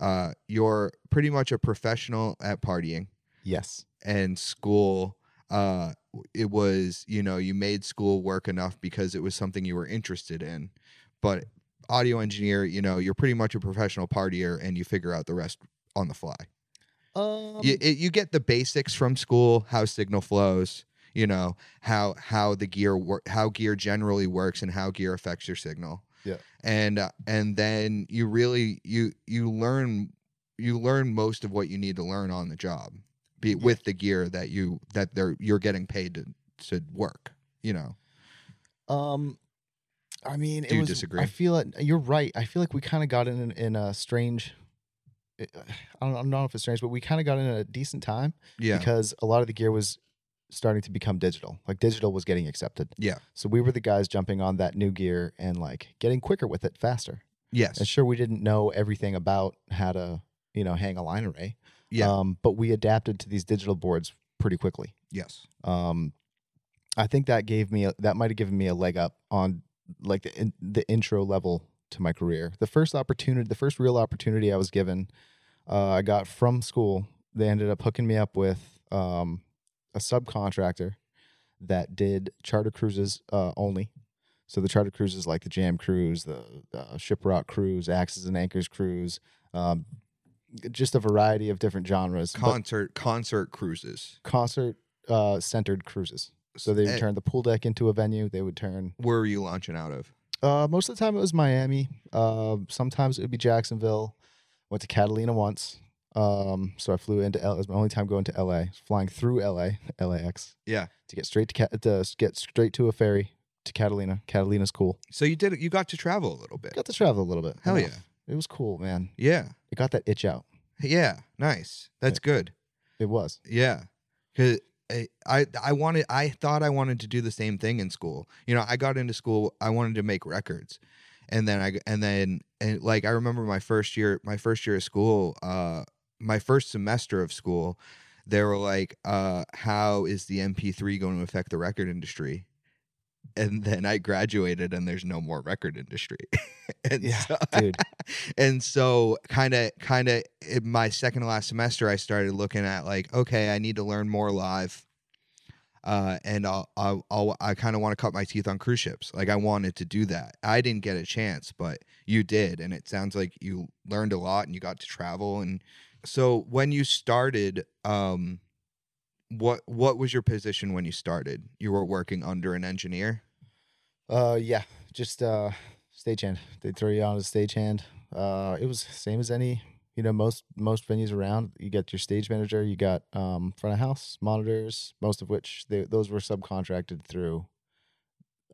Uh, you're pretty much a professional at partying. Yes. and school uh it was you know you made school work enough because it was something you were interested in but audio engineer you know you're pretty much a professional partier and you figure out the rest on the fly Um. you, it, you get the basics from school how signal flows you know how how the gear wor- how gear generally works and how gear affects your signal Yeah. and uh, and then you really you you learn you learn most of what you need to learn on the job be Yeah. with the gear that you that they're you're getting paid to to work you know Um. I mean, Do it you was, disagree? I feel it. You're right. I feel like we kind of got in in a strange. I don't, I don't know if it's strange, but we kind of got in at a decent time. yeah because a lot of the gear was starting to become digital. Like digital was getting accepted. Yeah. So we were the guys jumping on that new gear and like getting quicker with it faster. And yes sure, we didn't know everything about how to, you know, hang a line array. Yeah. Um, but we adapted to these digital boards pretty quickly. yes Um, I think that gave me a, that might have given me a leg up on like the in, the intro level to my career. The first opportunity, the first real opportunity I was given, uh, I got from school. They ended up hooking me up with um, a subcontractor that did charter cruises uh, only. So the charter cruises like the Jam Cruise, the uh, Shiprock Cruise, Axes and Anchors Cruise, um, just a variety of different genres. but concert concert cruises concert uh, centered cruises. So they would Eh, turn the pool deck into a venue. They would turn. where are you launching out of Uh, most of the time it was Miami. Uh, sometimes it would be Jacksonville. Went to Catalina once. Um, so I flew into L. It was my only time going to LA. Flying through LA, [laughs] LAX. Yeah. To get straight to Ca- to get straight to a ferry to Catalina. Catalina's cool. so you did you got to travel a little bit Got to travel a little bit. hell yeah Enough. It was cool, man. yeah It got that itch out. Yeah, nice. That's good. It was. Yeah, because I I- I wanted I thought I wanted to do the same thing in school. You know, I got into school. I wanted to make records, and then I g- and then and like I remember my first year my first year of school. Uh, my first semester of school, they were like, uh, "How is the MP3 going to affect the record industry?" And then I graduated, and there's no more record industry. [laughs] and Yeah, so- dude. and so kind of kind of in my second to last semester i started looking at like okay i need to learn more live uh, and I'll, I'll, I'll, I kind of want to cut my teeth on cruise ships. Like I wanted to do that. I didn't get a chance, but you did, and it sounds like you learned a lot and you got to travel. And so, when you started, um, what what was your position when you started? You were working under an engineer. Uh, yeah, just uh, stagehand. They throw you on as stagehand. Uh, it was same as any you know most most venues around. You got your stage manager, you got um front of house monitors, most of which they, those were subcontracted through.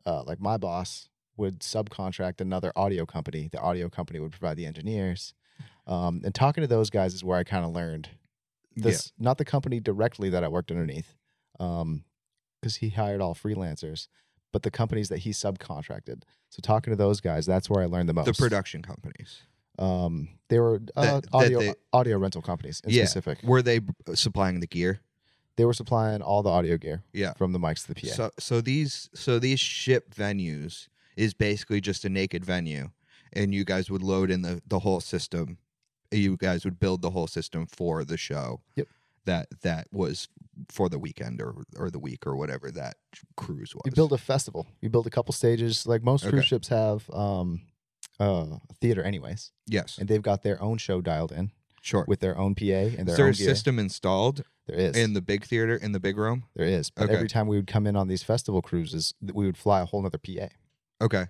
Uh, like my boss would subcontract another audio company. The audio company would provide the engineers. Um, and talking to those guys is where I kind of learned this not the company directly that I worked underneath, um, because he hired all freelancers, but the companies that he subcontracted. So talking to those guys, that's where I learned the most. the production companies. Um, they were uh, That- that audio they- audio rental companies in Yeah. specific. Were they b- supplying the gear? They were supplying all the audio gear. Yeah. From the mics to the PA. So so these so these ship venues is basically just a naked venue, and you guys would load in the the whole system. You guys would build the whole system for the show. Yep. that that was for the weekend or or the week or whatever that cruise was. You build a festival. You build a couple stages. Like most Okay. cruise ships have um, uh, a theater, anyways, yes, and they've got their own show dialed in sure. with their own PA and Is their there own a gear. system installed There is. in the big theater in the big room? there is. But Okay. every time we would come in on these festival cruises, th- we would fly a whole nother PA. Okay.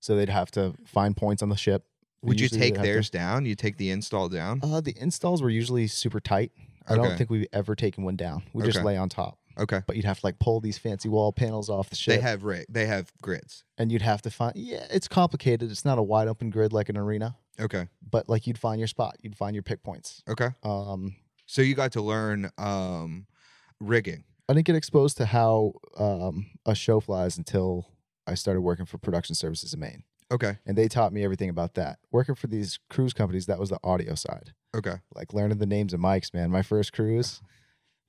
So they'd have to find points on the ship. We Would you usually would take have to- theirs down? You take the install down? Uh, the installs were usually super tight. I Okay. don't think we've ever taken one down. We just Okay. lay on top. Okay. But you'd have to like pull these fancy wall panels off the They ship, have ra- they have grids. and you'd have to find. Yeah, it's complicated. It's not a wide open grid like an arena, Okay. but like you'd find your spot. You'd find your pick points. Okay. Um, So you got to learn um rigging. I didn't get exposed to how um, a show flies until I started working for production services in Maine, Okay. and they taught me everything about that. Working for these cruise companies, that was the audio side. Okay. like learning the names of mics, man. My first cruise,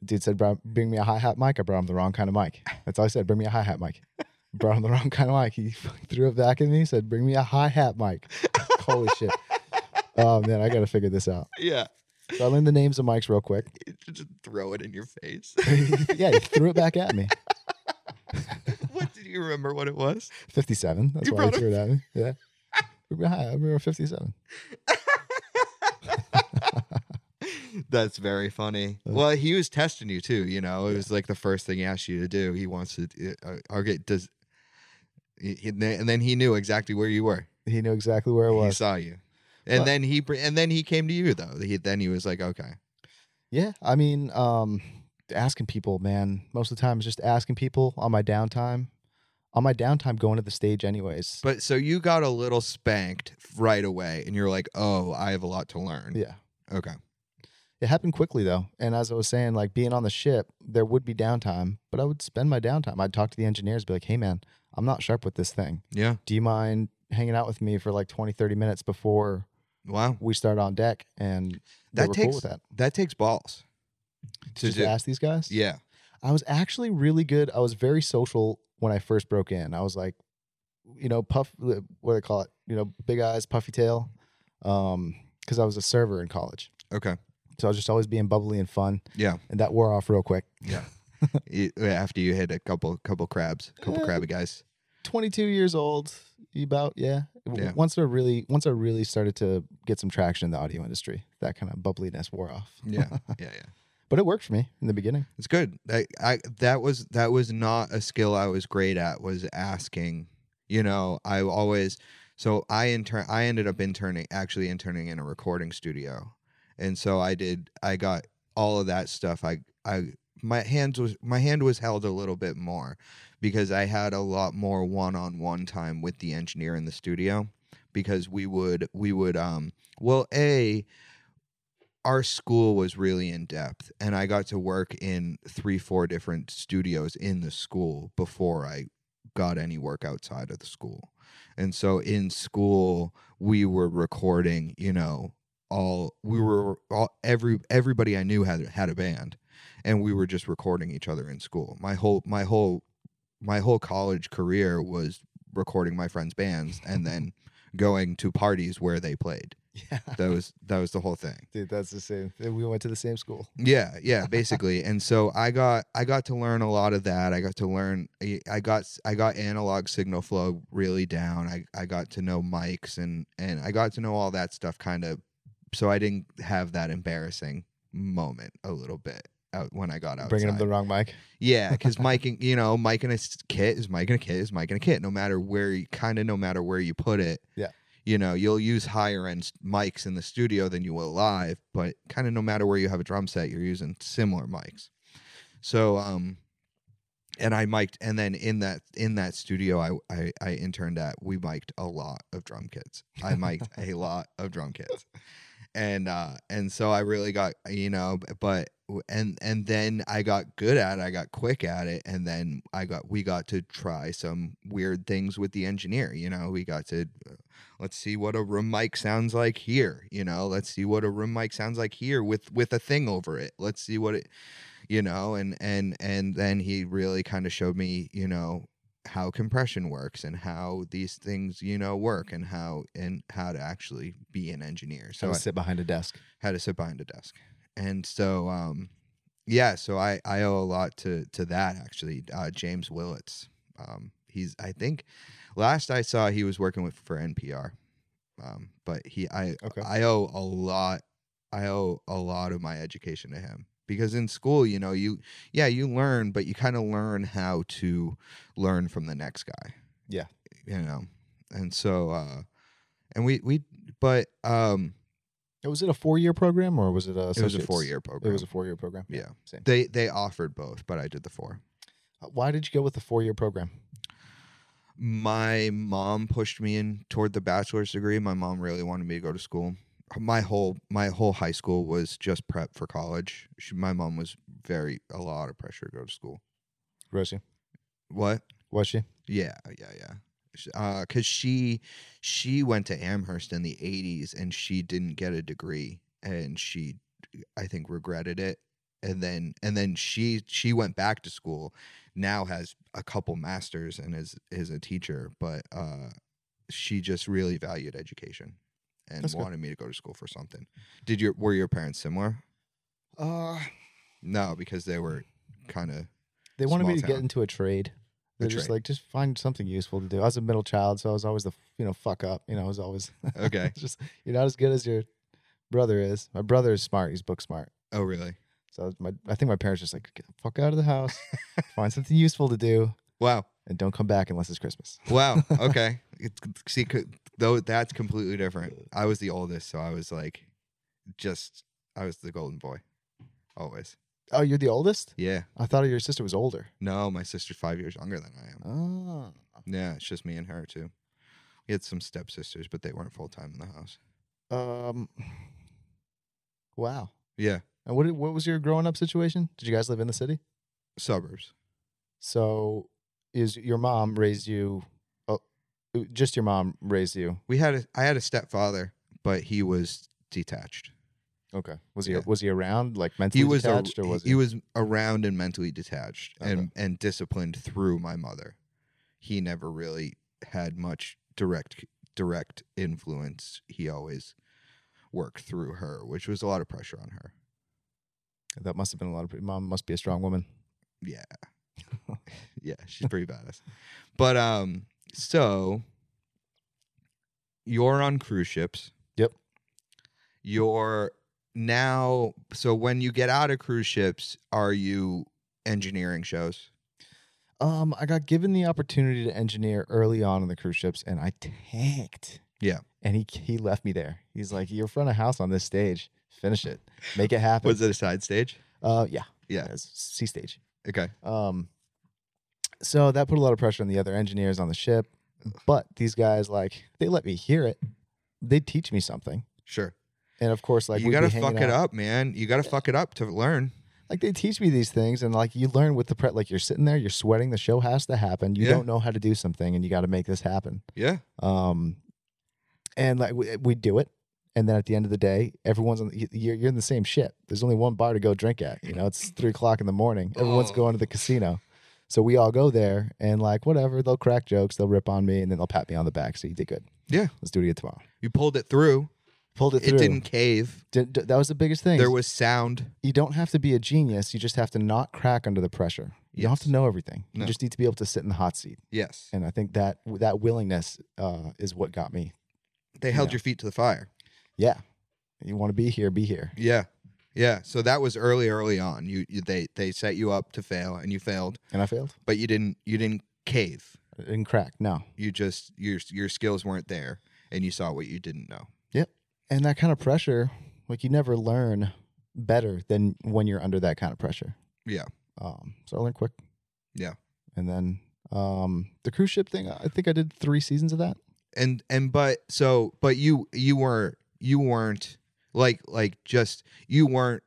dude said, "Bro- "Bring me a hi hat mic." I brought him the wrong kind of mic. That's all I said. Bring me a hi hat mic. [laughs] brought him the wrong kind of mic. He [laughs] threw it back at me. Said, "Bring me a hi hat mic." Holy [laughs] shit! Oh man, I gotta figure this out. Yeah. So I learned the names of mics real quick. [laughs] Just throw it in your face. [laughs] yeah, he threw it back at me. what [laughs] did you remember what it was? Fifty-seven. That's You why he brought a- threw it at me. Yeah. Bring me a hi. I remember fifty-seven. That's very funny. Uh, Well, he was testing you too. You know, it yeah. was like the first thing he asked you to do. He wants to. Uh, okay, does. he- he- And then he knew exactly where you were. He knew exactly where I He was. saw you, and But- then he br- and then he came to you though. He, then he was like, okay, Yeah, I mean, um, asking people, man. Most of the time, it's just asking people on my downtime. On my downtime, going to the stage, anyways. but so you got a little spanked right away, and you're like, oh, I have a lot to learn. yeah, Okay. it happened quickly though. And as I was saying, like being on the ship, there would be downtime, but I would spend my downtime. I'd talk to the engineers, be like, "Hey, man, I'm not sharp with this thing. Yeah. Do you mind hanging out with me for like 20, 30 minutes before Wow. we start on deck?" And they That were cool takes with that. that takes balls. To Just do. ask these guys. Yeah. I was actually really good. I was very social when I first broke in. I was like, you know, puff, uh, what do they call it? You know, big eyes, puffy tail. Um, because I was a server in college, Okay. so I was just always being bubbly and fun, Yeah. [laughs] and that wore off real quick. You- after you hit a couple couple crabs, couple Yeah. crabby guys. Twenty-two years old, you about yeah. W- Yeah. Once I really, once I really started to get some traction in the audio industry, that kind of bubbliness wore off. Yeah, yeah, yeah. but it worked for me in [laughs] the beginning. It's good. I, I that was that was not a skill I was great at was asking. You know, I always so I intern I ended up interning actually interning in a recording studio. And so I did I got all of that stuff. I I my hands was my hand was held a little bit more because I had a lot more one-on-one time with the engineer in the studio because we would we would um well a our school was really in depth and i got to work in three four different studios in the school before i got any work outside of the school and so in school we were recording you know all we were all every everybody i knew had had a band and we were just recording each other in school my whole my whole my whole college career was recording my friends bands and then going to parties where they played Yeah, that was that was the whole thing dude, that's the same. We went to the same school. yeah, yeah, basically. and so I got I got to learn a lot of that. I got to learn I- I got I got analog signal flow really down. I I got to know mics and and I got to know all that stuff kind of so I didn't have that embarrassing moment a little bit out when I got outside. Bringing up the wrong mic. Yeah, because miking, you know, miking a s- kit is miking a kit is miking a kit. No matter where, you kind of, no matter where you put it. Yeah. You know, you'll use higher end s- mics in the studio than you will live, but kind of no matter where you have a drum set, you're using similar mics. So, um, and I mic'd, and then in that in that studio I I, I interned at, we mic'd a lot of drum kits. I mic'd a lot of drum kits, and uh and so I really got you know, b- but and and then I got good at it. I got quick at it, and then I got we got to try some weird things with the engineer. You know, we got to uh, let's see what a room mic sounds like here. You know, let's see what a room mic sounds like here with with a thing over it. Let's see what it, you know, and and and then he really kind of showed me, you know how compression works and how these things you know work and how and how to actually be an engineer So I I- sit behind a desk. had to sit behind a desk. And so um Yeah, so I, I owe a lot to to that actually. Uh, James Willits, um, he's I think last I saw he was working with for NPR, um, but he I Okay. I owe a lot I owe a lot of my education to him because in school you know you yeah you learn but you kind of learn how to learn from the next guy. Yeah. you know, and so uh, and we we but um Was it a four year program or was it a? it was a associates? four year It program. was a four year program. yeah. Same. They they offered both, but I did the four. Uh, Why did you go with the four year program? my mom pushed me in toward the bachelor's degree. My mom really wanted me to go to school. My whole my whole high school was just prep for college. She, my mom was very a lot of pressure to go to school. Rosie, What? was she? Yeah, yeah, yeah. Sh- Uh, cause she she went to Amherst in the '80s and she didn't get a degree, and she I think regretted it. And then and then she she went back to school. Now has a couple masters and is is a teacher, but uh, she just really valued education and That's good. wanted me to go to school for something. Did your were your parents similar? Uh, No, because they [laughs] were kind of they wanted Small me to get town. into a trade. They're just trade. like, just find something useful to do. I was a middle child, so I was always the you know fuck up. You know, I was always [laughs] okay. just you're not as good as your brother is. My brother is smart. He's book smart. oh, really? So my, I think my parents just like get the fuck out of the house, [laughs] find something useful to do, Wow. and don't come back unless it's Christmas. Wow. Okay. It's, see, co- though that's completely different. I was the oldest, so I was like, just I was the golden boy, always. Oh, you're the oldest? Yeah. I thought your sister was older. No, my sister's five years younger than I am. Oh, Yeah, it's just me and her too. We had some stepsisters, but they weren't full time in the house. um, wow. Yeah, And what did- what was your growing up situation? Did you guys live in the city? suburbs. So, is your mom raised you? Oh, just your mom raised you. We had a, I had a stepfather, but he was detached. Okay. Was he Yeah. was he around like mentally He was a- detached or was he, he? was around and mentally detached Okay. and and disciplined through my mother. He never really had much direct direct influence. He always worked through her, which was a lot of pressure on her. that must have been a lot of pre- mom must be a strong woman. Yeah. yeah, she's pretty badass. But um so you're on cruise ships. Yep. You're now so when you get out of cruise ships, are you engineering shows? Um, I got given the opportunity to engineer early on in the cruise ships, and I tanked. Yeah. And he he left me there. He's like, "You're front of house on this stage. Finish it. Make it happen." Was it a side stage? uh, yeah, Yeah. it's C stage. Okay. Um, so that put a lot of pressure on the other engineers on the ship, but these guys like they let me hear it. They teach me something, Sure. and of course, like you we'd be gotta hanging fuck it out- up, man. You gotta fuck it up to learn. like they teach me these things and like you learn with the prep like you're sitting there you're sweating the show has to happen you Yeah. don't know how to do something and you got to make this happen Yeah. um and like we, we do it and then at the end of the day everyone's on the, you're, you're in the same shit there's only one bar to go drink at you [laughs] know it's three o'clock in the morning everyone's Oh. going to the casino so we all go there and like whatever they'll crack jokes they'll rip on me and then they'll pat me on the back so you did good Yeah. let's do it again tomorrow You pulled it through. pulled it It through didn't cave. Did- that was the biggest thing There was sound. you don't have to be a genius. You just have to not crack under the pressure. You don't have to know everything. No. You just need to be able to sit in the hot seat. Yes. And I think that that willingness uh, is what got me. They held Yeah. your feet to the fire. Yeah, you want to be here, be here. Yeah. Yeah. So that was early, early on. You, you they they set you up to fail and you failed, And I failed. but you didn't you didn't cave. I didn't crack. No. You just your your skills weren't there and you saw what you didn't know. And that kind of pressure, like you never learn better than when you're under that kind of pressure. Yeah. Um, so I learned quick. Yeah. And then um, the cruise ship thing. I think I did three seasons of that. And and but so but you you were you weren't like like just you weren't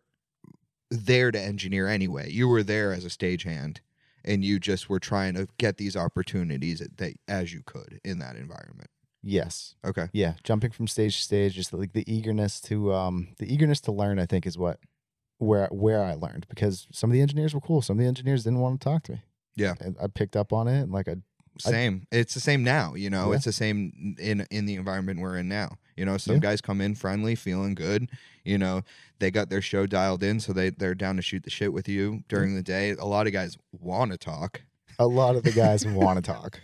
there to engineer anyway. You were there as a stagehand and you just were trying to get these opportunities that, that as you could in that environment. Yes. Okay. yeah jumping from stage to stage just like the eagerness to um the eagerness to learn i think is what where where i learned because some of the engineers were cool some of the engineers didn't want to talk to me Yeah. and i picked up on it and like i same it's the same now you know Yeah. it's the same in in the environment we're in now You know, some Yeah. guys come in friendly, feeling good. You know, they got their show dialed in, so they they're down to shoot the shit with you during the day. A lot of guys want to talk A lot of the [laughs] guys want to talk.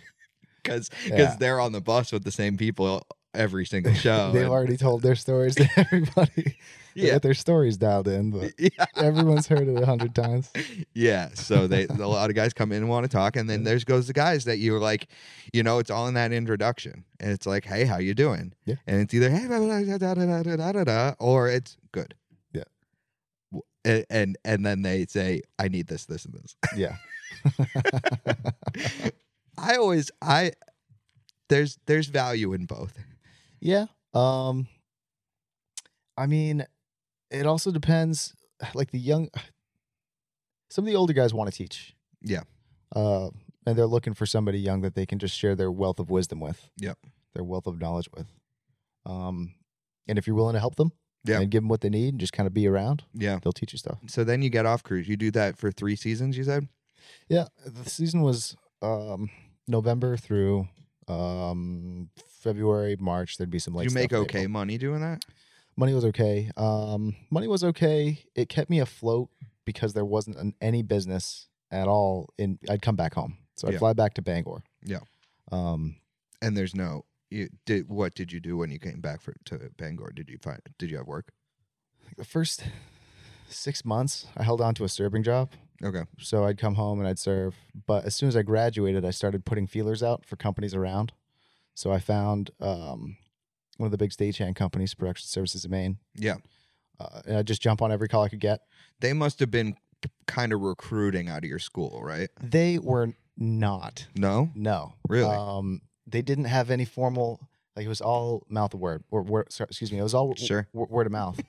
because Yeah. they're on the bus with the same people [laughs] every single show. They've and- already told their stories to [laughs] everybody. [laughs] They [laughs] yeah. got their stories dialed in, but [laughs] Yeah, everyone's heard it a hundred times. yeah. So they a lot of guys come in and want to talk, and then Yeah. there's goes the guys that you're like, you know, it's all in that introduction, and it's like, hey, how you doing? Yeah. And it's either hey, blah, blah, blah, da, da, da, da, da, da, da, or it's good. Yeah. W- And, and and then they say, I need this, this, and this. Yeah. [laughs] I always I there's there's value in both. Yeah. Um I mean, it also depends like the young some of the older guys want to teach. Yeah. Uh and they're looking for somebody young that they can just share their wealth of wisdom with. Yep. Their wealth of knowledge with. Um and if you're willing to help them Yeah. and give them what they need and just kind of be around, Yeah. they'll teach you stuff. So then you get off cruise. You do that for three seasons. You said. Yeah, the season was um November through um February, March. There'd be some late you make stuff in okay April. money doing that. Money was okay. Um, money was okay. It kept me afloat because there wasn't an, any business at all. In I'd come back home, so I'd Yeah. fly back to Bangor. Yeah. Um, And there's no. You did what did you do when you came back for, to Bangor? Did you find? Did you have work? the first six months, I held on to a serving job. Okay. So I'd come home and I'd serve. But as soon as I graduated, I started putting feelers out for companies around. So I found um, one of the big stagehand companies, Production Services of Maine. Yeah. Uh, and I'd just jump on every call I could get. They must have been kind of recruiting out of your school, right? They were not. No. No. Really? Um, they didn't have any formal, like it was all mouth of word, or word, sorry, excuse me, it was all w- Sure. w- word of mouth.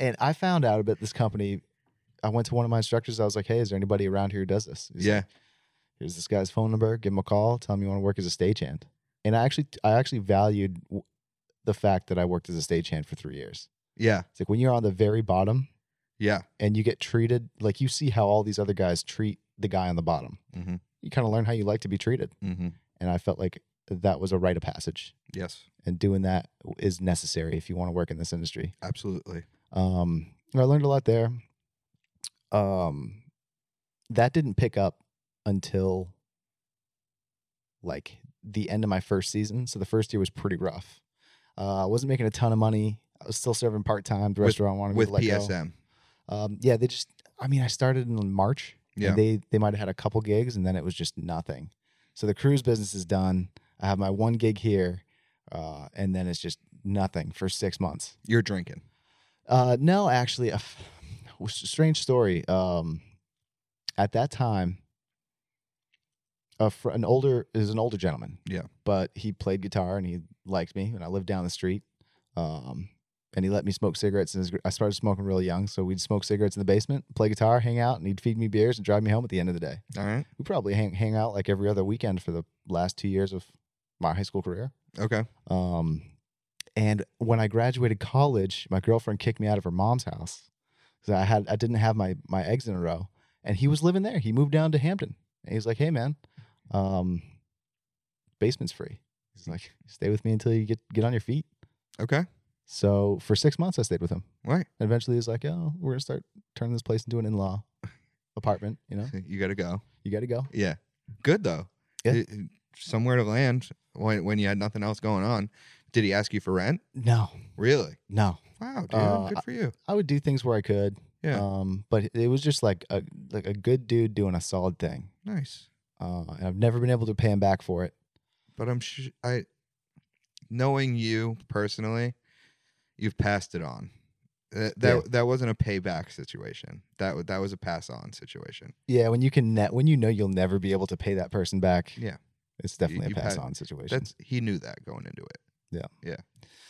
and I found out about this company. I went to one of my instructors. I was like, hey, is there anybody around here who does this? He's like, Yeah. here's this guy's phone number. Give him a call. Tell him you want to work as a stagehand. And I actually, I actually valued w- the fact that I worked as a stagehand for three years. Yeah. It's like when you're on the very bottom Yeah. and you get treated like you see how all these other guys treat the guy on the bottom. Mm-hmm. You kind of learn how you like to be treated. Mm-hmm. And I felt like that was a rite of passage, Yes. and doing that is necessary if you want to work in this industry. Absolutely. Um, I learned a lot there. Um, that didn't pick up until like the end of my first season. So the first year was pretty rough. Uh, I wasn't making a ton of money. I was still serving part time. The With- restaurant wanted me With to let go. PSM. Um, yeah, they just. I mean, I started in March. Yeah. And they they might have had a couple gigs, and then it was just nothing. So the cruise business is done. I have my one gig here, uh, and then it's just nothing for six months. You're drinking. Uh, no, actually, a f- was a strange story. Um, at that time, a fr- an older is an older gentleman. Yeah. but he played guitar and he liked me, and I lived down the street. Um, and he let me smoke cigarettes. And his, gr- I started smoking really young, so we'd smoke cigarettes in the basement, play guitar, hang out, and he'd feed me beers and drive me home at the end of the day. All right. We probably hang hang out like every other weekend for the last two years of my high school career. Okay. Um, and when I graduated college, my girlfriend kicked me out of her mom's house because I had I didn't have my my eggs in a row. And he was living there. He moved down to Hampton, and he's like, "Hey, man, um, basement's free." He's like, "Stay with me until you get get on your feet." Okay. So for six months, I stayed with him. Right. And eventually, he's like, "Oh, we're gonna start turning this place into an in law apartment. You know, You got to go. you got to go." Yeah. Good though. Yeah. It- it- somewhere to land when when you had nothing else going on. Did he ask you for rent? No, Really? no, Wow, dude. Uh, good for you. I would do things where I could. Yeah. Um, but it was just like a like a good dude doing a solid thing. Nice. Uh, and I've never been able to pay him back for it. But I'm sure I knowing you personally, you've passed it on. That that, Yeah. that wasn't a payback situation. That wa- that was a pass on situation. Yeah, when you can net when you know you'll never be able to pay that person back. Yeah. It's definitely you've a had- pass on situation. That's he knew that going into it. Yeah. Yeah.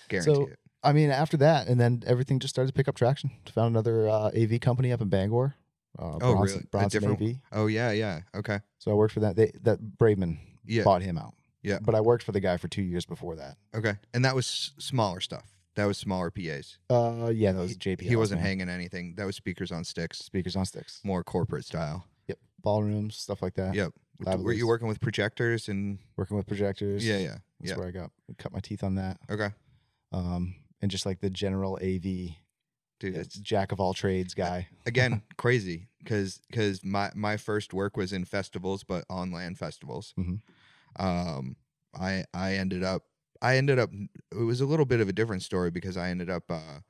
Guarantee So- it. I mean, after that, and then everything just started to pick up traction. Found another uh, AV company up in Bangor. Uh, Oh, Bronson, really? A Bronson different- AV. Oh yeah, yeah. Okay. So I worked for that. They that Braveman Yeah. bought him out. Yeah. But I worked for the guy for two years before that. Okay. And that was s- smaller stuff. That was smaller PAs. Uh, yeah, that was JP. He wasn't hanging anything. That was speakers on sticks, speakers on sticks, more corporate style. yep, ballrooms, stuff like that. Yep. Lab Were you lease. working with projectors and working with projectors. yeah, yeah, That's yeah. where I got cut my teeth on that. Okay. um, and just like the general AV Dude, uh, it's jack of all trades guy. again crazy because because my my first work was in festivals but on land festivals Mhm. um i i ended up i ended up it was a little bit of a different story because i ended up uh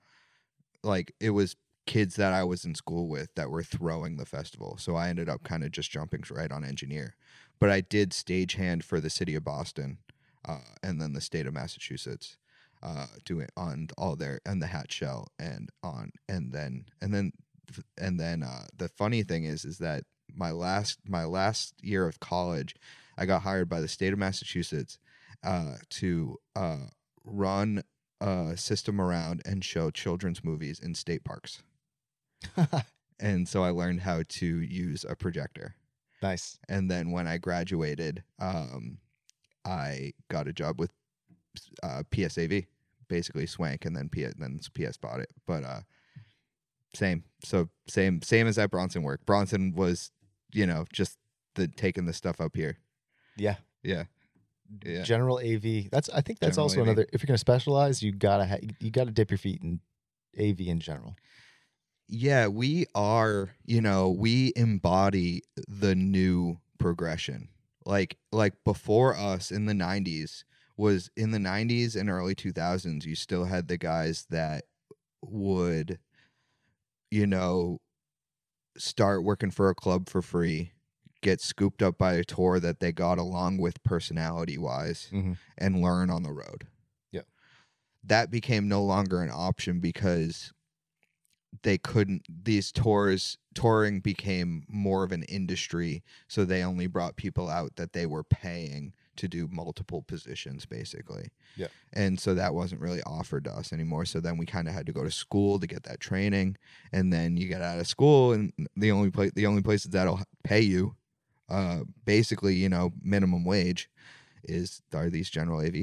like it was kids that i was in school with that were throwing the festival so i ended up kind of just jumping right on engineer but i did stagehand for the city of boston uh, and then the state of massachusetts uh, doing on all their and the hat shell and on and then and then and then uh, the funny thing is is that my last my last year of college i got hired by the state of massachusetts uh, to uh, run a system around and show children's movies in state parks and so i learned how to use a projector [laughs] nice. and then when i graduated um, i got a job with uh, psav basically swank and then, P- then ps bought it but uh, same so same same as that bronson work bronson was you know just the taking the stuff up here Yeah. yeah yeah General AV. That's I think that's General also AV. another. If you're gonna specialize, you gotta ha- you gotta dip your feet in AV in general. yeah we are you know we embody the new progression like like before us in the 90s was in the 90s and early 2000s you still had the guys that would you know start working for a club for free get scooped up by a tour that they got along with personality wise Mhm. and learn on the road Yeah. that became no longer an option because they couldn't these tours touring became more of an industry so they only brought people out that they were paying to do multiple positions basically Yeah. and so that wasn't really offered to us anymore so then we kind of had to go to school to get that training and then you get out of school and the only place the only places that'll pay you uh basically you know minimum wage is are these general av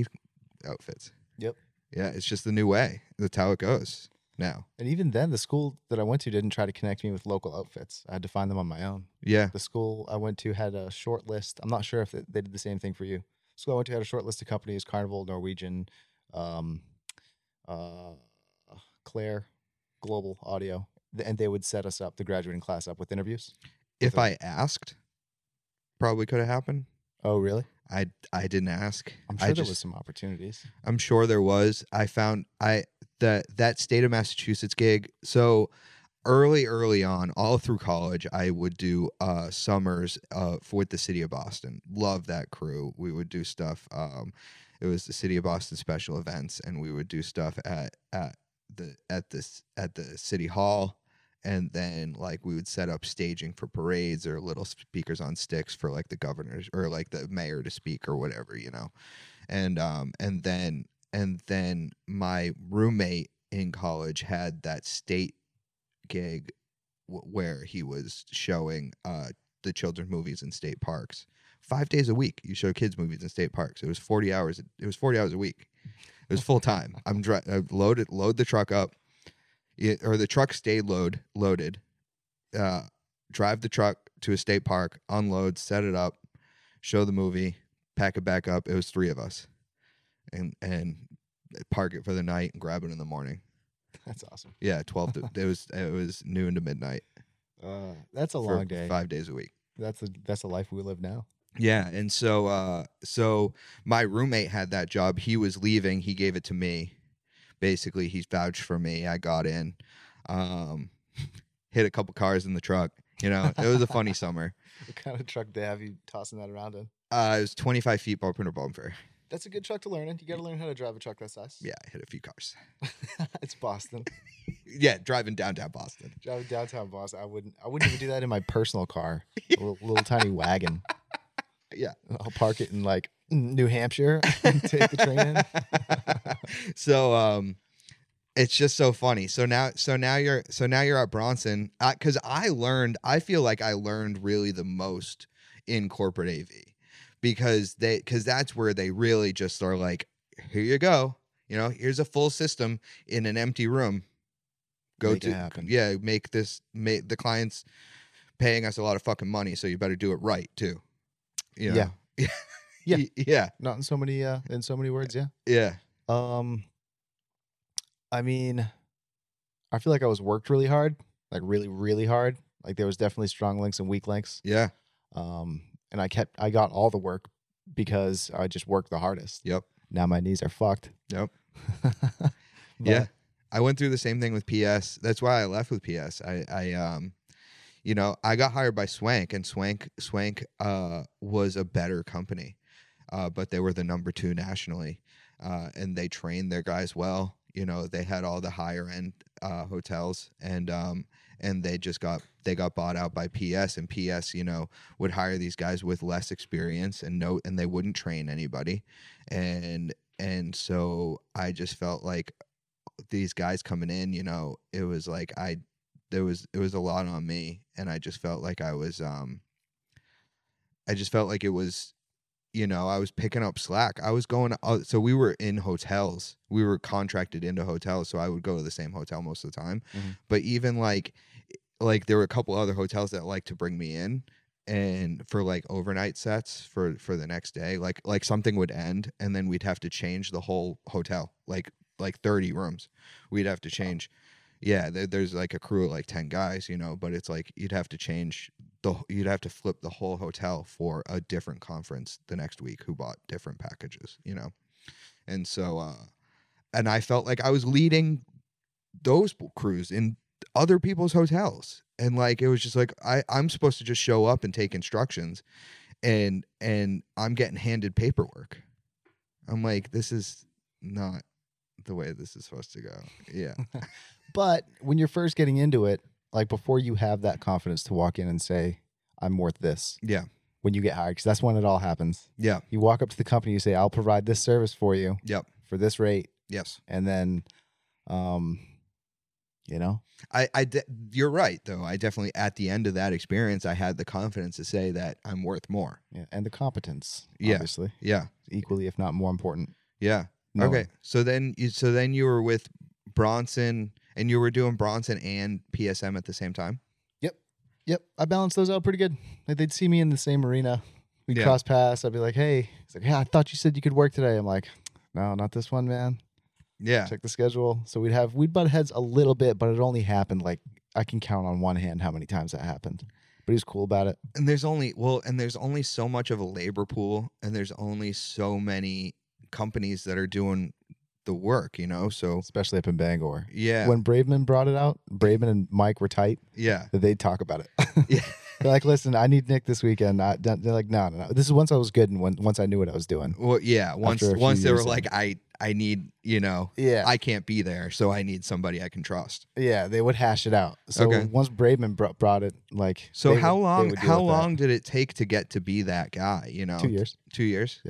outfits Yep. yeah it's just the new way that's how it goes now And even then, the school that I went to didn't try to connect me with local outfits. I had to find them on my own. yeah The school I went to had a short list. I'm not sure if they they did the same thing for you. School I went to had a short list of companies: Carnival, Norwegian, um, uh, Claire, Global Audio, Th- and they would set us up, the graduating class, up with interviews. if Okay. I asked, probably could have happened. Oh, really? I I didn't ask. I'm sure I there just- was some opportunities. [laughs] I'm sure there was. I found I that that state of Massachusetts gig. So early, early on, all through college, I would do uh, summers uh, for with the city of Boston. Love that crew. We would do stuff. Um, it was the city of Boston special events, and we would do stuff at at the at this at the city hall. And then, like, we would set up staging for parades or little speakers on sticks for like the governors or like the mayor to speak or whatever, you know and um and then and then my roommate in college had that state gig w- where he was showing uh the children's movies in state parks five days a week you show kids movies in state parks it was 40 hours it was 40 hours a week it was full time i'm dri- I loaded load the truck up it, or the truck stayed load loaded uh drive the truck to a state park unload set it up show the movie pack it back up. It was three of us, and and park it for the night and grab it in the morning. That's awesome. Yeah, twelve. To, it was it was noon to midnight. Uh, that's a for long day. Five days a week. That's a that's a life we live now. [laughs] Yeah, and so uh, so my roommate had that job. He was leaving. He gave it to me. Basically, he vouched for me. I got in, um, [laughs] hit a couple cars in the truck. You know, it was a [laughs] funny summer. What kind of truck to have you tossing that around in? Uh, it was twenty five feet bumper to bumper. That's a good truck to learn in. You got to learn how to drive a truck that size. Yeah, I hit a few cars. [laughs] it's Boston. Yeah, driving downtown Boston. Driving downtown Boston, I wouldn't. I wouldn't even do that in my personal car, [laughs] a little, little tiny [laughs] wagon. Yeah. I'll park it in like New Hampshire. and [laughs] take the train in. [laughs] so um it's just so funny. So now so now you're so now you're at Bronson Uh 'cause cuz I learned I feel like I learned really the most in corporate AV because they cuz that's where they really just are like here you go. You know, here's a full system in an empty room. Go Make it do happen. Yeah, make this make the clients paying us a lot of fucking money, so you better do it right too. You know? [laughs] Yeah. yeah. Not in so many. Uh, in so many words. Yeah. Yeah. Um, I mean, I feel like I was worked really hard, like really, really hard. Like there was definitely strong links and weak links. Yeah. Um, and I kept I got all the work because I just worked the hardest. Yep. Now my knees are fucked. [laughs] Yep. But- yeah. I went through the same thing with PS. That's why I left with PS. I, I um you know, I got hired by Swank and Swank Swank uh was a better company. Uh, but they were the number two nationally. Uh, and they trained their guys well. You know, they had all the higher end uh, hotels and um and they just got they got bought out by PS and PS, you know, would hire these guys with less experience and no and they wouldn't train anybody. And and so I just felt like these guys coming in, you know, it was like I there was it was a lot on me and I just felt like I was um I just felt like it was you know, I was picking up slack. I was going uh, so we were in hotels. We were contracted into hotels, so I would go to the same hotel most of the time. Mhm. But even like like there were a couple other hotels that like to bring me in and for like overnight sets for for the next day like like something would end and then we'd have to change the whole hotel like like 30 rooms we'd have to change yeah there, there's like a crew of like 10 guys you know but it's like you'd have to change the you'd have to flip the whole hotel for a different conference the next week who bought different packages you know and so uh and i felt like i was leading those p- crews in other people's hotels and like it was just like i i'm supposed to just show up and take instructions and and i'm getting handed paperwork i'm like this is not the way this is supposed to go [laughs] yeah But when you're first getting into it, like before you have that confidence to walk in and say, I'm worth this. Yeah. When you get hired, because that's when it all happens. yeah You walk up to the company, you say, I'll provide this service for you yep for this rate. yes And then, um, you know, I, I de- you're right though. I definitely at the end of that experience, I had the confidence to say that I'm worth more. yeah. and the competence, Yeah. obviously, Yeah, equally, if not more important. yeah. No. Okay, so then you so then you were with Bronson, and you were doing Bronson and PSM at the same time. Yep. I balanced those out pretty good. Like they'd see me in the same arena. We'd Yeah. cross paths. I'd be like, hey, he's like, yeah, I thought you said you could work today. I'm like, no, not this one, man. Yeah, check the schedule. So we'd have we'd butt heads a little bit, but it only happened like I can count on one hand how many times that happened. But he was cool about it. and there's only well, and there's only so much of a labor pool, and there's only so many companies that are doing the work, you know. So Especially up in Bangor. yeah, When Braveman brought it out, Braveman and Mike were tight. yeah, That they'd talk about it. [laughs] Yeah. They're like, listen, I need Nick this weekend. I, don't- they're like, no, no, no. This is once I was good and when, once I knew what I was doing. well, yeah. Once After a few once they were years like, I I need you know. Yeah. I can't be there, so I need somebody I can trust. yeah. They would hash it out. So Okay. once Braveman br- brought it, like, So they how would- they long would deal how with that. long did it take to get to be that guy? You know, Two years. Two years.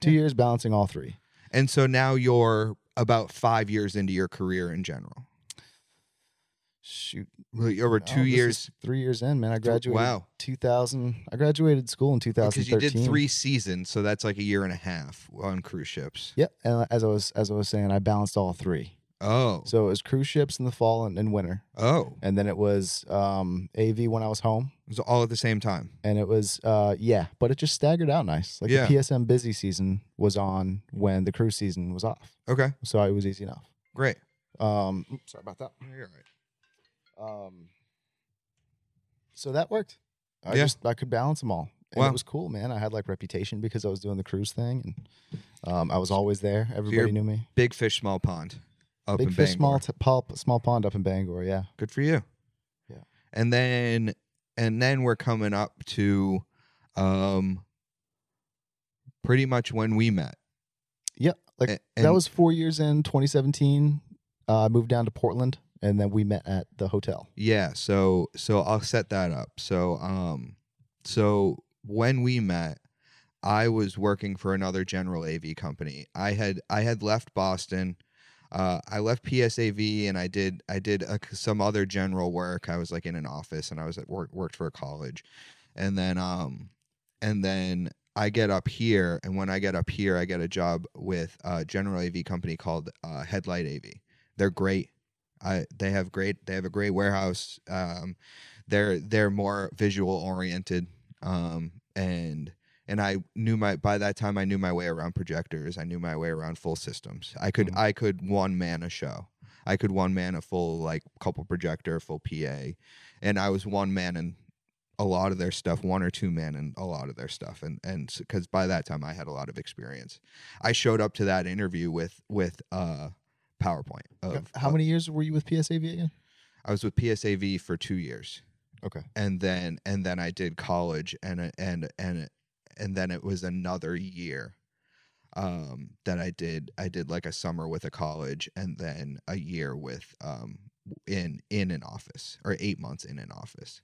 Two years balancing all three. And so now you're about five years into your career in general. Shoot. Really, Over No, two this is years. Three years in, man. I Th- graduated. Wow. 2000 i graduated school in 2013 Because you did three seasons, so that's like a year and a half on cruise ships. yep and as i was as i was saying i balanced all three Oh. so it was cruise ships in the fall and, and winter oh. and then it was um av when i was home It was all at the same time. and it was uh yeah but it just staggered out nice like Yeah. the psm busy season was on when the cruise season was off Okay. so it was easy enough Great. um oops, sorry about that You're all right. um so that worked i Yeah. just i could balance them all and Wow. it was cool man i had like reputation because i was doing the cruise thing and um, i was always there you're everybody knew me Big fish, small pond. Up big in fish small Bangor. t- pulp, small pond up in bangor yeah Good for you. Yeah. And then and then we're coming up to um pretty much when we met. Yep, like, A- that and- was four years in 2017 uh, i moved down to portland and then we met at the hotel Yeah, so so I'll set that up. So um so when we met, I was working for another general AV company. I had I had left Boston. Uh, I left PSAV and I did I did uh some other general work. I was like in an office and I was at work worked for a college, and then um and then I get up here and when I get up here I get a job with a general AV company called uh, Headlight AV. They're great. I they have great they have a great warehouse. Um, they're they're more visual oriented. Um, and and I knew my by that time I knew my way around projectors. I knew my way around full systems. I could Mhm. I could one man a show. I could one man a full like couple projector, full PA, and I was one man in a lot of their stuff, one or two men in a lot of their stuff, and and because by that time I had a lot of experience. I showed up to that interview with with uh PowerPoint of How many years were you with PSAV again? I was with PSAV for two years. Okay. And then and then I did college and and and and then it was another year um that I did I did like a summer with a college and then a year with um in in an office or 8 months in an office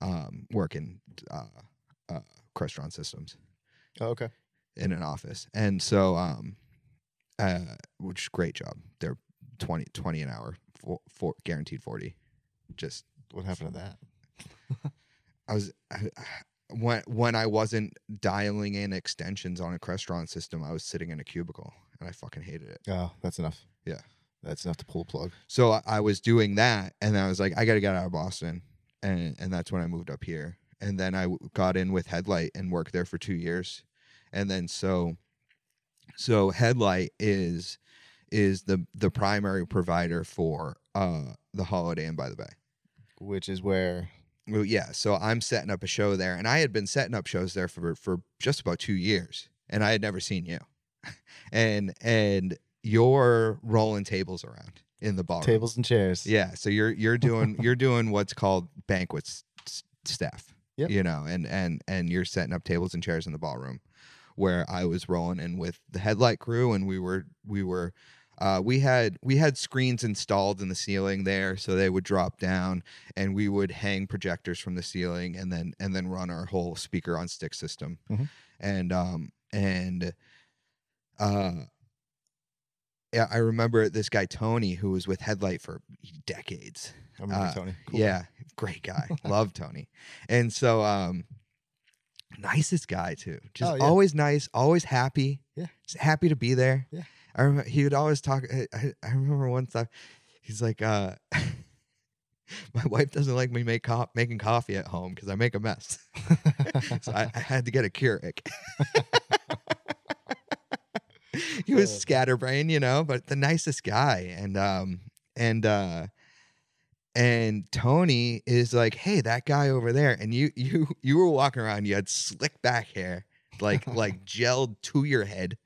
um working uh uh Crestron systems Oh, okay. in an office. And so, um, uh, which great job. They're 20, 20 an hour, for, for, guaranteed 40. Just, What happened to that? I was, I, [sighs] when, when I wasn't dialing in extensions on a Crestron system, I was sitting in a cubicle and I fucking hated it. Oh, that's enough. Yeah. That's enough to pull a plug. So I, I was doing that and I was like, I got to get out of Boston. And, and that's when I moved up here. And then I w- got in with Headlight and worked there for two years. And then so, so Headlight is is the the primary provider for uh the Holiday Inn by the Bay. Which is where Well, yeah. So I'm setting up a show there, and I had been setting up shows there for for just about two years, and I had never seen you, [laughs] and and you're rolling tables around in the bar. tables and chairs. Yeah, so you're you're doing you're doing what's called banquet s- s- staff. Yep. You know, and and and you're setting up tables and chairs in the ballroom, where I was rolling in with the headlight crew, and we were we were. Uh, we had we had screens installed in the ceiling there, so they would drop down, and we would hang projectors from the ceiling, and then and then run our whole speaker on stick system, Mhm. and um and uh yeah, I remember this guy Tony who was with Headlight for decades. I remember Uh, Tony. [laughs] Yeah, great guy. Love Tony. And so um nicest guy too. Just Oh, yeah. always nice, always happy. Yeah. Just happy to be there. Yeah. I remember he would always talk I, I- I remember one time he's like uh [laughs] my wife doesn't like me make co- making coffee at home cuz I make a mess. [laughs] so I, I had to get a Keurig. [laughs] he was Uh. scatterbrained, you know, but the nicest guy. And um and uh and Tony is like, hey, that guy over there. And you [laughs] you you were walking around, you had slick back hair, like like gelled to your head.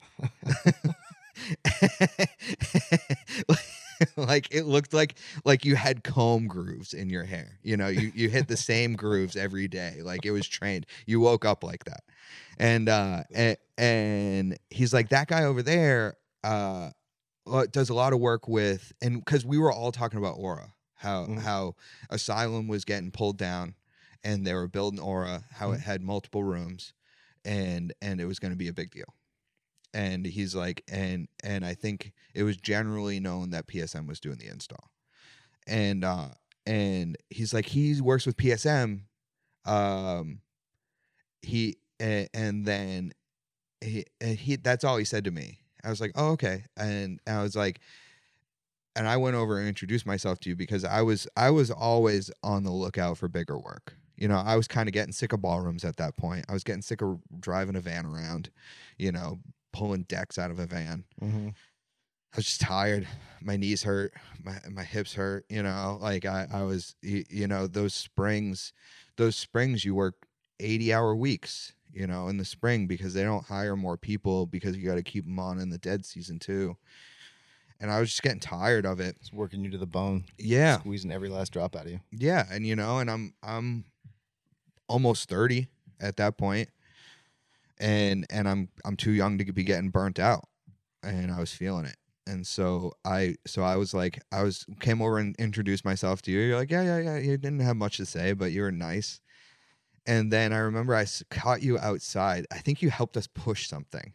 [laughs] like it looked like like you had comb grooves in your hair. You know, you you hit the same grooves every day. Like it was trained. You woke up like that. And uh and, and he's like that guy over there uh lo- does a lot of work with and cuz we were all talking about Aura, how Mhm. how Asylum was getting pulled down and they were building Aura, how it Mhm. had multiple rooms and and it was going to be a big deal and he's like and and i think it was generally known that psm was doing the install and uh and he's like he works with psm um he and, and then he and he that's all he said to me i was like oh okay and i was like and i went over and introduced myself to you because i was i was always on the lookout for bigger work you know i was kind of getting sick of ballrooms at that point i was getting sick of driving a van around you know pulling decks out of a van Mhm. I was just tired. My knees hurt. My my hips hurt. You know, like I I was you, you know those springs, those springs you work eighty hour weeks. You know, in the spring because they don't hire more people because you got to keep them on in the dead season too. And I was just getting tired of it. It's working you to the bone, Yeah, squeezing every last drop out of you. yeah, and you know, and I'm I'm almost thirty at that point, and and I'm I'm too young to be getting burnt out, and I was feeling it, and so I so I was like I was came over and introduced myself to you. You're like yeah yeah yeah. You didn't have much to say, but you were nice. And then I remember I s- caught you outside. I think you helped us push something,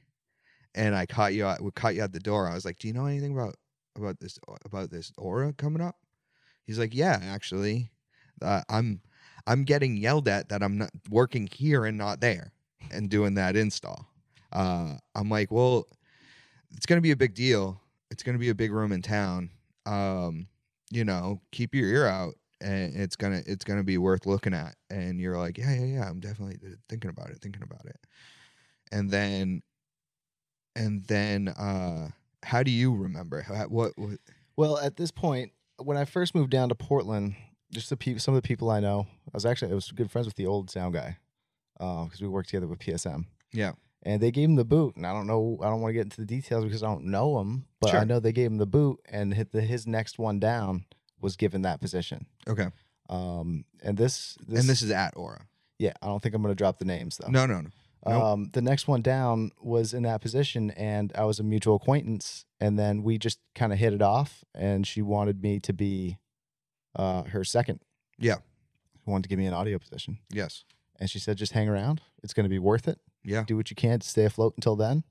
and I caught you. at- We caught you at the door. I was like, "Do you know anything about about this about this aura coming up?" He's like, "Yeah, actually, uh, I'm I'm getting yelled at that I'm not working here and not there and doing that install." Uh, I'm like, "Well, it's gonna be a big deal. It's gonna be a big room in town. Um, you know, keep your ear out." And it's gonna it's gonna be worth looking at, and you're like, yeah, yeah, yeah. I'm definitely thinking about it, thinking about it. And then, and then, uh, how do you remember? How, what, what? Well, at this point, when I first moved down to Portland, just the peop some of the people I know, I was actually I was good friends with the old sound guy because we worked together with PSM. Yeah. and they gave him the boot, and I don't know, I don't want to get into the details because I don't know him, but I Sure. know they gave him the boot, and hit the, his next one down was given that position. Okay. Um, and this, this, Oh. and this is at Aura. yeah, I don't think I'm going to drop the names though. No, no, no. Nope. Um, the next one down was in that position, and I was a mutual acquaintance, and then we just kind of hit it off, and she wanted me to be uh, her second. Yeah. She wanted to give me an audio position, Yes. and she said, "Just hang around; it's going to be worth it. Yeah. Do what you can to stay afloat until then."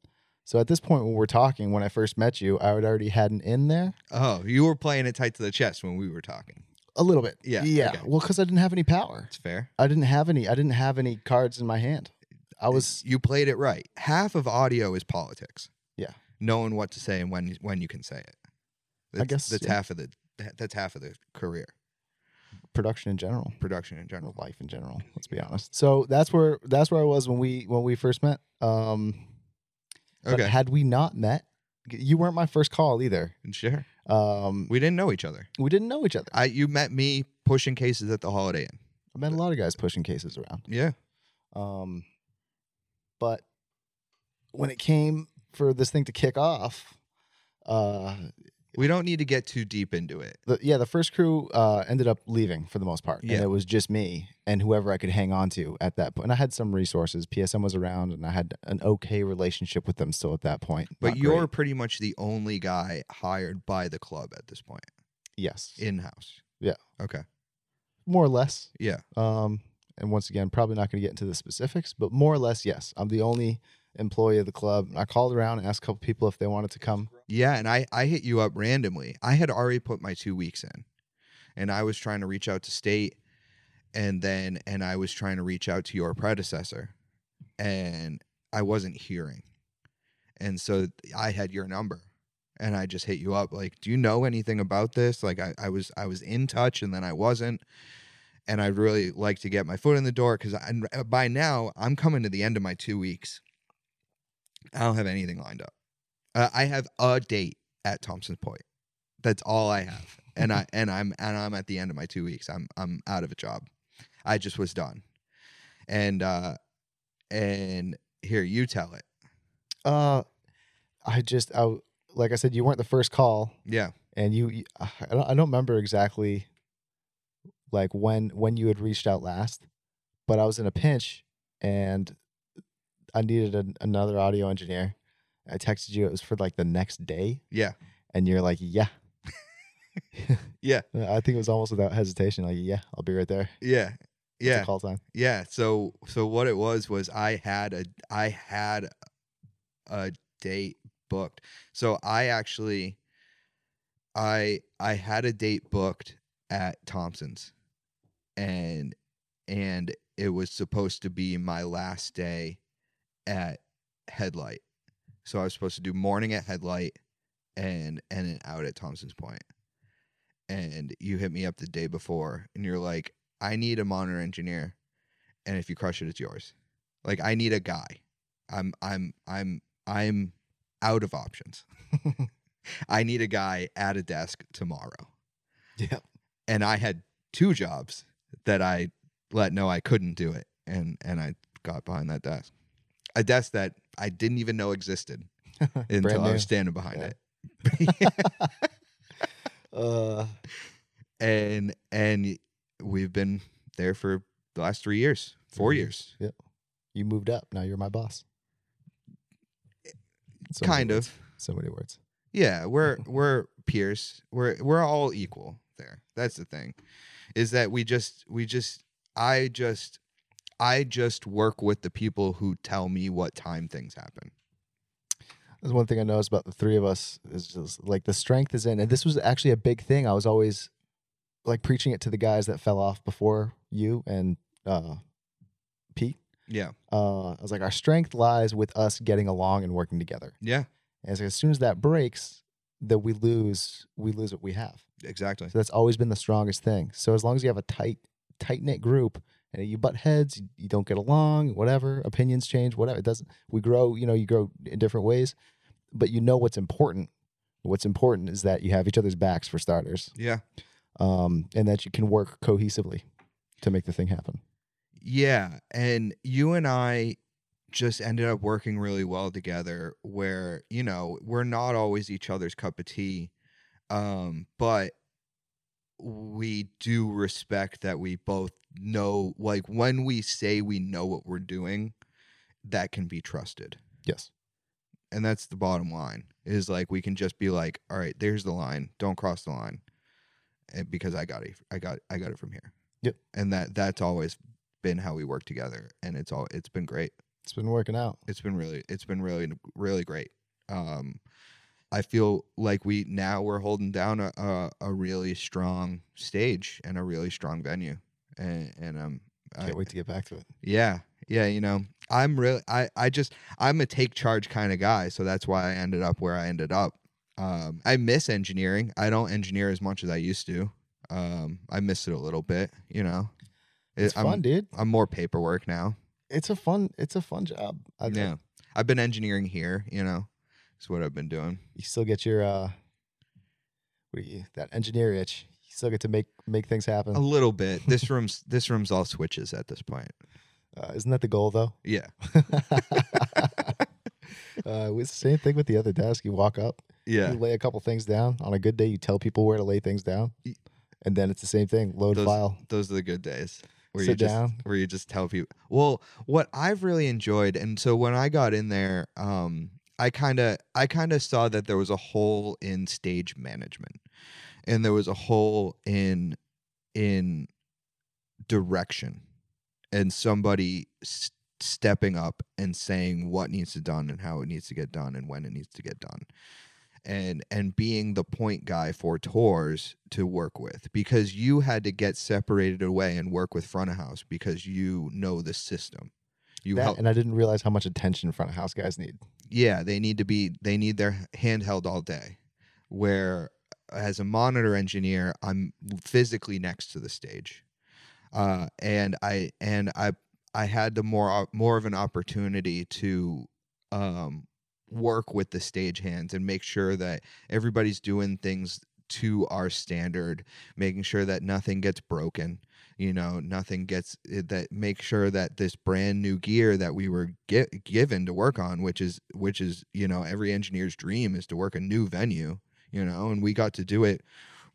So at this point, when we're talking, when I first met you, I had already had an in there Oh, you were playing it tight to the chest when we were talking. a little bit. Yeah, yeah. okay. Well, because I didn't have any power. It's fair. I didn't have any. I didn't have any cards in my hand. I was You played it right. Half of audio is politics. Yeah. Knowing what to say and when when you can say it. That's, guess, that's yeah. half of the that- that's half of the career production in general. production in general. general life in general. Let's be honest. So that's where that's where I was when we when we first met. Um, but Okay. had we not met, you weren't my first call either. Sure. Um, we, We didn't know each other. we didn't know each other. I I you met me pushing cases at the Holiday Inn. met a lot of guys pushing cases around. Yeah. Um, but when it came for this thing to kick off, uh, We don't need to get too deep into it. the, yeah, the first crew uh, ended up leaving for the most part, Yeah. and it was just me and whoever I could hang on to at that point. And I had some resources. PSM was around, and I had an okay relationship with them still at that point. But Not you're great. pretty much the only guy hired by the club at this point. yes, In house. Yeah. Okay. more or less. Yeah. Um, and once again, probably not going to get into the specifics, but more or less, yes, I'm the only employee of the club. I called around and asked a couple people if they wanted to come. Yeah, and I I hit you up randomly. I had already put my two weeks in, and I was trying to reach out to state, and then and I was trying to reach out to your predecessor, and I wasn't hearing, and so I had your number, and I just hit you up like, do you know anything about this? Like I I was I was in touch, and then I wasn't. And I'd really like to get my foot in the door because uh, by now I'm coming to the end of my two weeks. I don't have anything lined up. Uh, I have a date at Thompson's Point. That's all I have, and I and I'm and I'm at the end of my two weeks. I'm I'm out of a job. I just was done, and uh, and here you tell it. Uh, I just, I like I said, you weren't the first call, Yeah, and you, you- I don't, I don't remember exactly, like when when you had reached out last, but I was in a pinch, and I needed an, another audio engineer. I texted you; it was for like the next day, yeah, and you're like, "Yeah." Yeah. I think it was almost without hesitation. Like, yeah, I'll be right there. yeah, It's a yeah, call time. yeah. So so what it was was I had a I had a date booked. So I actually I I had a date booked at Thompson's and and it was supposed to be my last day at Headlight. So I was supposed to do morning at Headlight and and an out at Thompson's Point. And you hit me up the day before and you're like, I need a monitor engineer and if you crush it, it's yours. Like I need a guy. I'm I'm I'm I'm out of options. [laughs] I need a guy at a desk tomorrow. Yeah. And I had two jobs that I let know I couldn't do it and and I got behind that desk. A desk that I didn't even know [laughs] existed until Brand I new. was standing behind Yeah. it. [laughs] Uh, and and we've been there for the last 3 years, 4 Three years. you moved up. Now you're my boss. So many Eh, kind of. words. So many words. Yeah, we're we're peers. We're we're all equal there. That's the thing. Is that we just we just I just I just work with the people who tell me what time things happen. That's one thing I noticed about the three of us is just like the strength is in, and this was actually a big thing. I was always like preaching it to the guys that fell off before you and uh, Pete. Yeah. Uh, I was like, our strength lies with us getting along and working together. Yeah. And it's like, as soon as that breaks, that we lose, we lose what we have. Exactly. So that's always been the strongest thing. So as long as you have a tight, tight knit group and you butt heads, you- you don't get along, whatever, opinions change, whatever. It doesn't, we grow, you know, you grow in different ways, but you know what's important What's important is that you have each other's backs for starters, Yeah. um, and that you can work cohesively to make the thing happen. Yeah. And you and I just ended up working really well together where, you know, we're not always each other's cup of tea. Um, but we do respect that we both know like when we say we know what we're doing, that can be trusted. Yes. And that's the bottom line. Is like we can just be like, all right, there's the line. Don't cross the line. And because I got it I got I got it from here. Yep. And that that's always been how we work together and it's all it's been great It's been working out. it's been really it's been really really great um i feel like we now we're holding down a a, a really strong stage and a really strong venue and and um I- Can't wait to get back to it. yeah yeah you know i'm really i i just i'm a take charge kind of guy so that's why i ended up where i ended up um i miss engineering i don't engineer as much as i used to um i miss it a little bit you know It- It's I'm, fun, dude. I'm more paperwork now It's a fun. It's a fun job. I, yeah. I've been engineering here, you know. It's what I've been doing. You still get your uh, what do you that engineer itch. You still get to make make things happen. A little bit. This room's this room's all switches at this point. Uh, isn't that the goal though? [laughs] Yeah. uh, it was the same thing with the other desk. You walk up, Yeah. you lay a couple things down. On a good day, you tell people where to lay things down, Y- and then it's the same thing. Load Those- file. Those are the good days. Where you Sit just down. where you just tell people well, what I've really enjoyed and so when I got in there, um, I kinda I kinda saw that there was a hole in stage management. And there was a hole in in direction and somebody s- stepping up and saying what needs to done and how it needs to get done and when it needs to get done and and being the point guy for tours to work with because you had to get separated away and work with front of house because you know the system you That- help and I didn't realize how much attention front of house guys need. yeah they need to be they need their hand held all day where as a monitor engineer i'm physically next to the stage uh, and i and i i had the more op- more of an opportunity to um, work with the stage hands and make sure that everybody's doing things to our standard making sure that nothing gets broken you know nothing gets it- that make sure that this brand new gear that we were gi- given to work on which is which is you know every engineer's dream is to work a new venue you know and we got to do it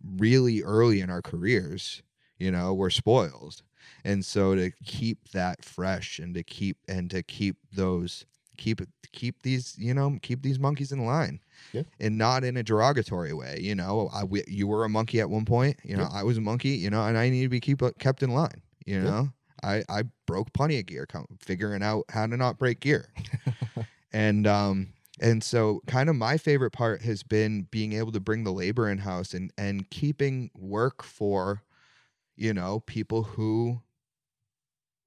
really early in our careers you know we're spoiled and so to keep that fresh and to keep and to keep those keep keep these you know keep these monkeys in line Yeah. and not in a derogatory way you know i we, you were a monkey at one point you know Yeah. i was a monkey you know and i need to be keep uh, kept in line you Yeah. know i i broke plenty of gear com- figuring out how to not break gear and um and so kind of my favorite part has been being able to bring the labor in house and and keeping work for you know people who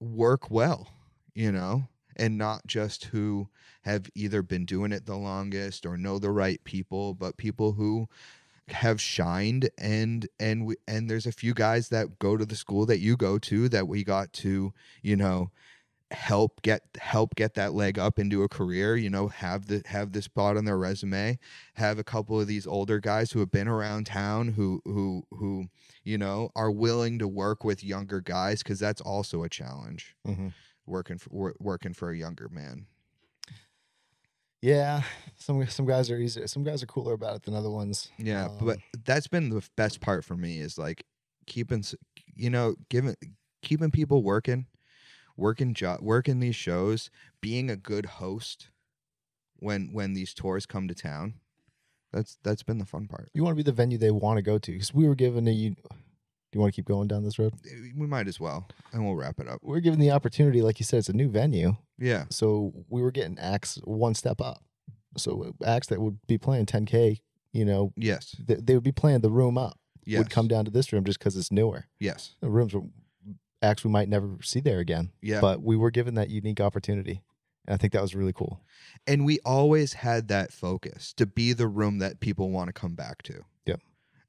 work well you know and not just who have either been doing it the longest or know the right people but people who have shined and and we, and there's a few guys that go to the school that you go to that we got to you know help get help get that leg up into a career you know have the have this spot on their resume have a couple of these older guys who have been around town who who who you know are willing to work with younger guys cuz that's also a challenge Mhm. working for wor- working for a younger man Yeah, some some guys are easier. Some guys are cooler about it than other ones. yeah Um, but that's been the best part for me is like keeping s- you know giving keeping people working working job working these shows being a good host when when these tours come to town that's that's been the fun part You want to be the venue they want to go to because we were given a. You, do you want to keep going down this road? we might as well and we'll wrap it up We're given the opportunity, like you said, it's a new venue. yeah so we were getting acts one step up. So acts that would be playing 10k, you know, yes they, they would be playing the room up. yes Would come down to this room just because it's newer. yes The rooms were acts we might never see there again. yeah But we were given that unique opportunity, and I think that was really cool. and we always had that focus to be the room that people want to come back to. Yep.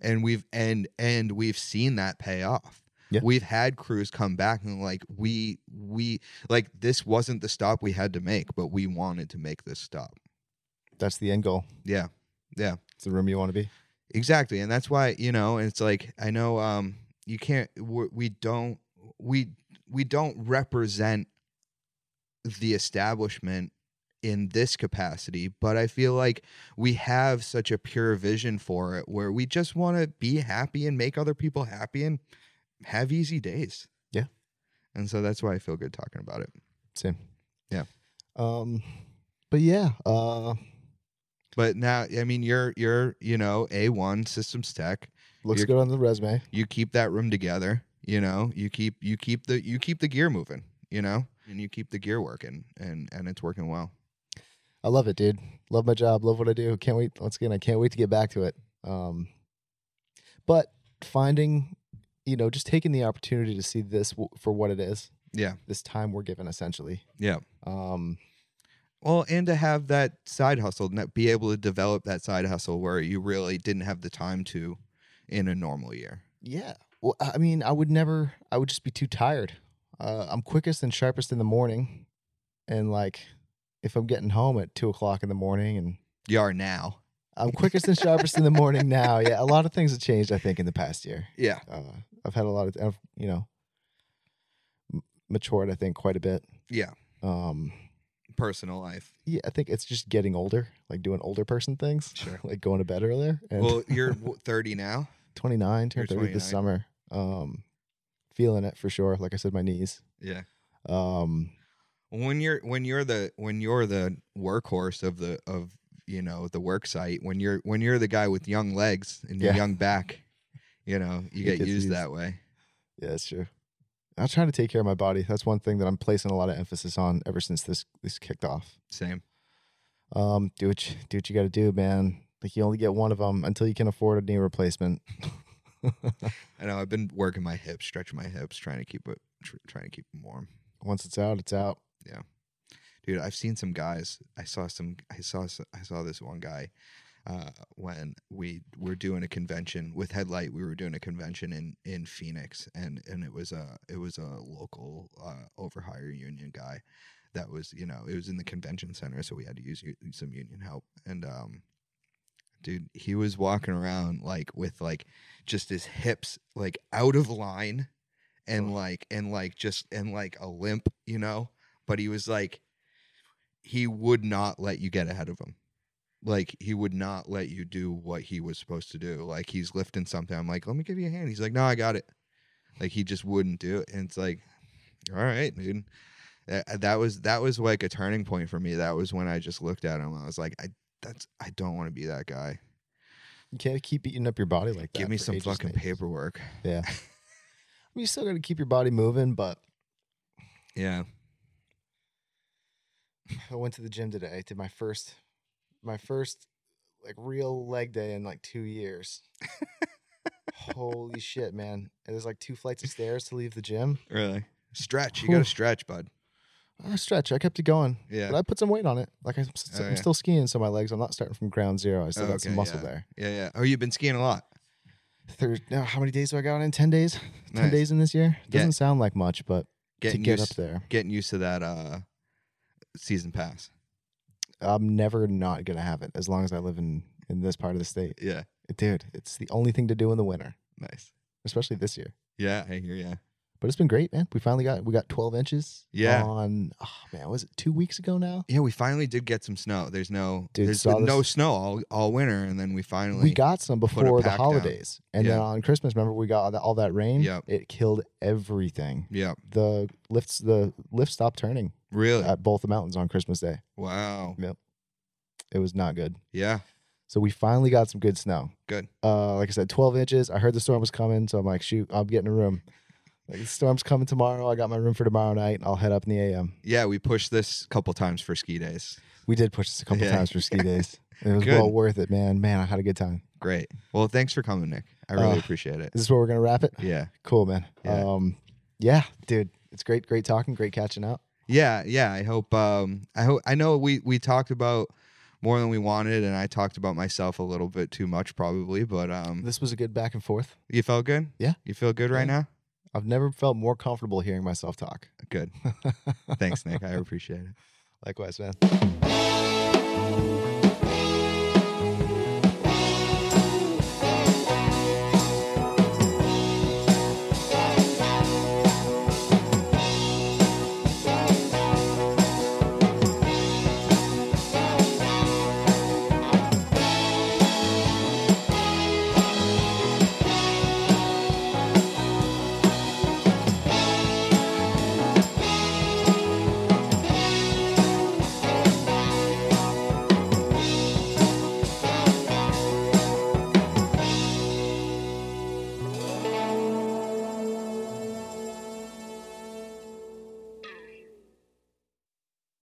And we've and and we've seen that pay off. Yeah. We've had crews come back and like we we like this wasn't the stop we had to make, but we wanted to make this stop. That's the end goal. Yeah. Yeah. It's the room you want to be. Exactly, and that's why you know it's like I know um you can't we're, we don't we we don't represent the establishment in this capacity, but I feel like we have such a pure vision for it where we just want to be happy and make other people happy and have easy days. Yeah. And so that's why I feel good talking about it. Same. Yeah. Um, but yeah, uh, But now, I mean, you're you're you know a one systems tech. looks You're- good on the resume. you keep that room together you know you keep you keep the you keep the gear moving you know and you keep the gear working and and it's working well I love it, dude. Love my job. Love what I do. Can't wait. Once again, I can't wait to get back to it. Um, but finding, you know, just taking the opportunity to see this w- for what it is. Yeah. This time we're given, essentially. yeah Um, well and to have that side hustle and that- be able to develop that side hustle where you really didn't have the time to in a normal year yeah. Well, I mean, I would never. I would just be too tired. Uh, I'm quickest and sharpest in the morning, and like, if I'm getting home at two o'clock in the morning, and you are now I'm quickest and sharpest in the morning now. Yeah, a lot of things have changed. I think in the past year. yeah uh, I've had a lot of, I've, you know, m- matured, I think, quite a bit. yeah Um, personal life yeah, I think it's just getting older, like doing older person things, Sure. [laughs] like going to bed earlier. And well you're w- 30 now 29, turned you're 30 29. this summer. Um, feeling it for sure. Like I said, my knees. yeah Um, when you're when you're the when you're the workhorse of the of you know the work site when you're when you're the guy with young legs and your Yeah. young back you know you It get gets used, used. that way yeah, that's true. I'm trying to take care of my body. That's one thing that I'm placing a lot of emphasis on ever since this this kicked off. same Um, do what you, do what you got to do, man. Like you only get one of them until you can afford a knee replacement. [laughs] i know i've been working my hips stretching my hips trying to keep it tr- trying to keep them warm Once it's out, it's out. dude i've seen some guys i saw some i saw s- i saw this one guy uh, when we were doing a convention with headlight we were doing a convention in in phoenix and and it was a it was a local uh, overhire union guy that was you know it was in the convention center so we had to use u- some union help and um dude he was walking around like with like just his hips like out of line and Ugh. like and like just and like a limp you know but he was like he would not let you get ahead of him. Like he would not let you do what he was supposed to do. Like he's lifting something. I'm like, let me give you a hand. He's like, no, I got it. Like he just wouldn't do it. And it's like, all right, dude. That, that was that was like a turning point for me. That was when I just looked at him. I was like, I that's I don't want to be that guy. You can't keep eating up your body like that. give me for some ages fucking and ages. paperwork. Yeah. I mean, you still got to keep your body moving, but Yeah. I went to the gym today. I did my first, my first like real leg day in like [laughs] two years. Holy shit, man! And there's like two flights of stairs to leave [laughs] the gym. Really. Stretch. You got to Whew. stretch, bud. I stretched. I kept it going, but Yeah. I put some weight on it. Like I'm, s- Oh, I'm yeah. still skiing, so my legs. I'm not starting from ground zero. I still Oh, got some okay, muscle yeah. there. Yeah. Yeah. Oh, you've been skiing a lot. Third, now, how many days do I got in? Ten days. Ten Nice. days in this year. Yeah. Doesn't sound like much, but Getting to get used up there, getting used to that uh season pass. I'm never not gonna have it as long as I live in in this part of the state. Yeah. Dude, it's the only thing to do in the winter, Nice. especially this year. Yeah, I hear ya. But it's been great, man. We finally got we got 12 inches. Yeah. On oh man, was it two weeks ago now? Yeah, we finally did get some snow. There's no Dude, there's saw been no this- snow all, all winter and then we finally we got some before the pack down. holidays, and then Yeah. on Christmas, remember we got all that, all that rain. Yep. It killed everything. Yeah. The lifts the lift stopped turning Really? at both the mountains on Christmas Day. wow. It was not good. Yeah. So we finally got some good snow. Good. Uh, like I said, 12 inches. I heard the storm was coming, so I'm like, shoot, I'm getting a room. Like the storm's coming tomorrow. I got my room for tomorrow night. I'll head up in the AM. Yeah, we pushed this a couple times for ski days. We did push this a couple Yeah. times for [laughs] ski days. It was Good. well worth it, man. Man, I had a good time. Great. Well, thanks for coming, Nick. I really Uh, appreciate it. Is this where we're gonna wrap it? Yeah. Cool, man. Yeah. Um, yeah, dude, it's great, great talking, great catching up. Yeah, yeah. I hope um I hope I know we we talked about more than we wanted and I talked about myself a little bit too much probably, but um This was a good back and forth. you felt good? Yeah. You feel good right now? I've never felt more comfortable hearing myself talk. [laughs] Good. Thanks, Nick. I appreciate it. Likewise, man.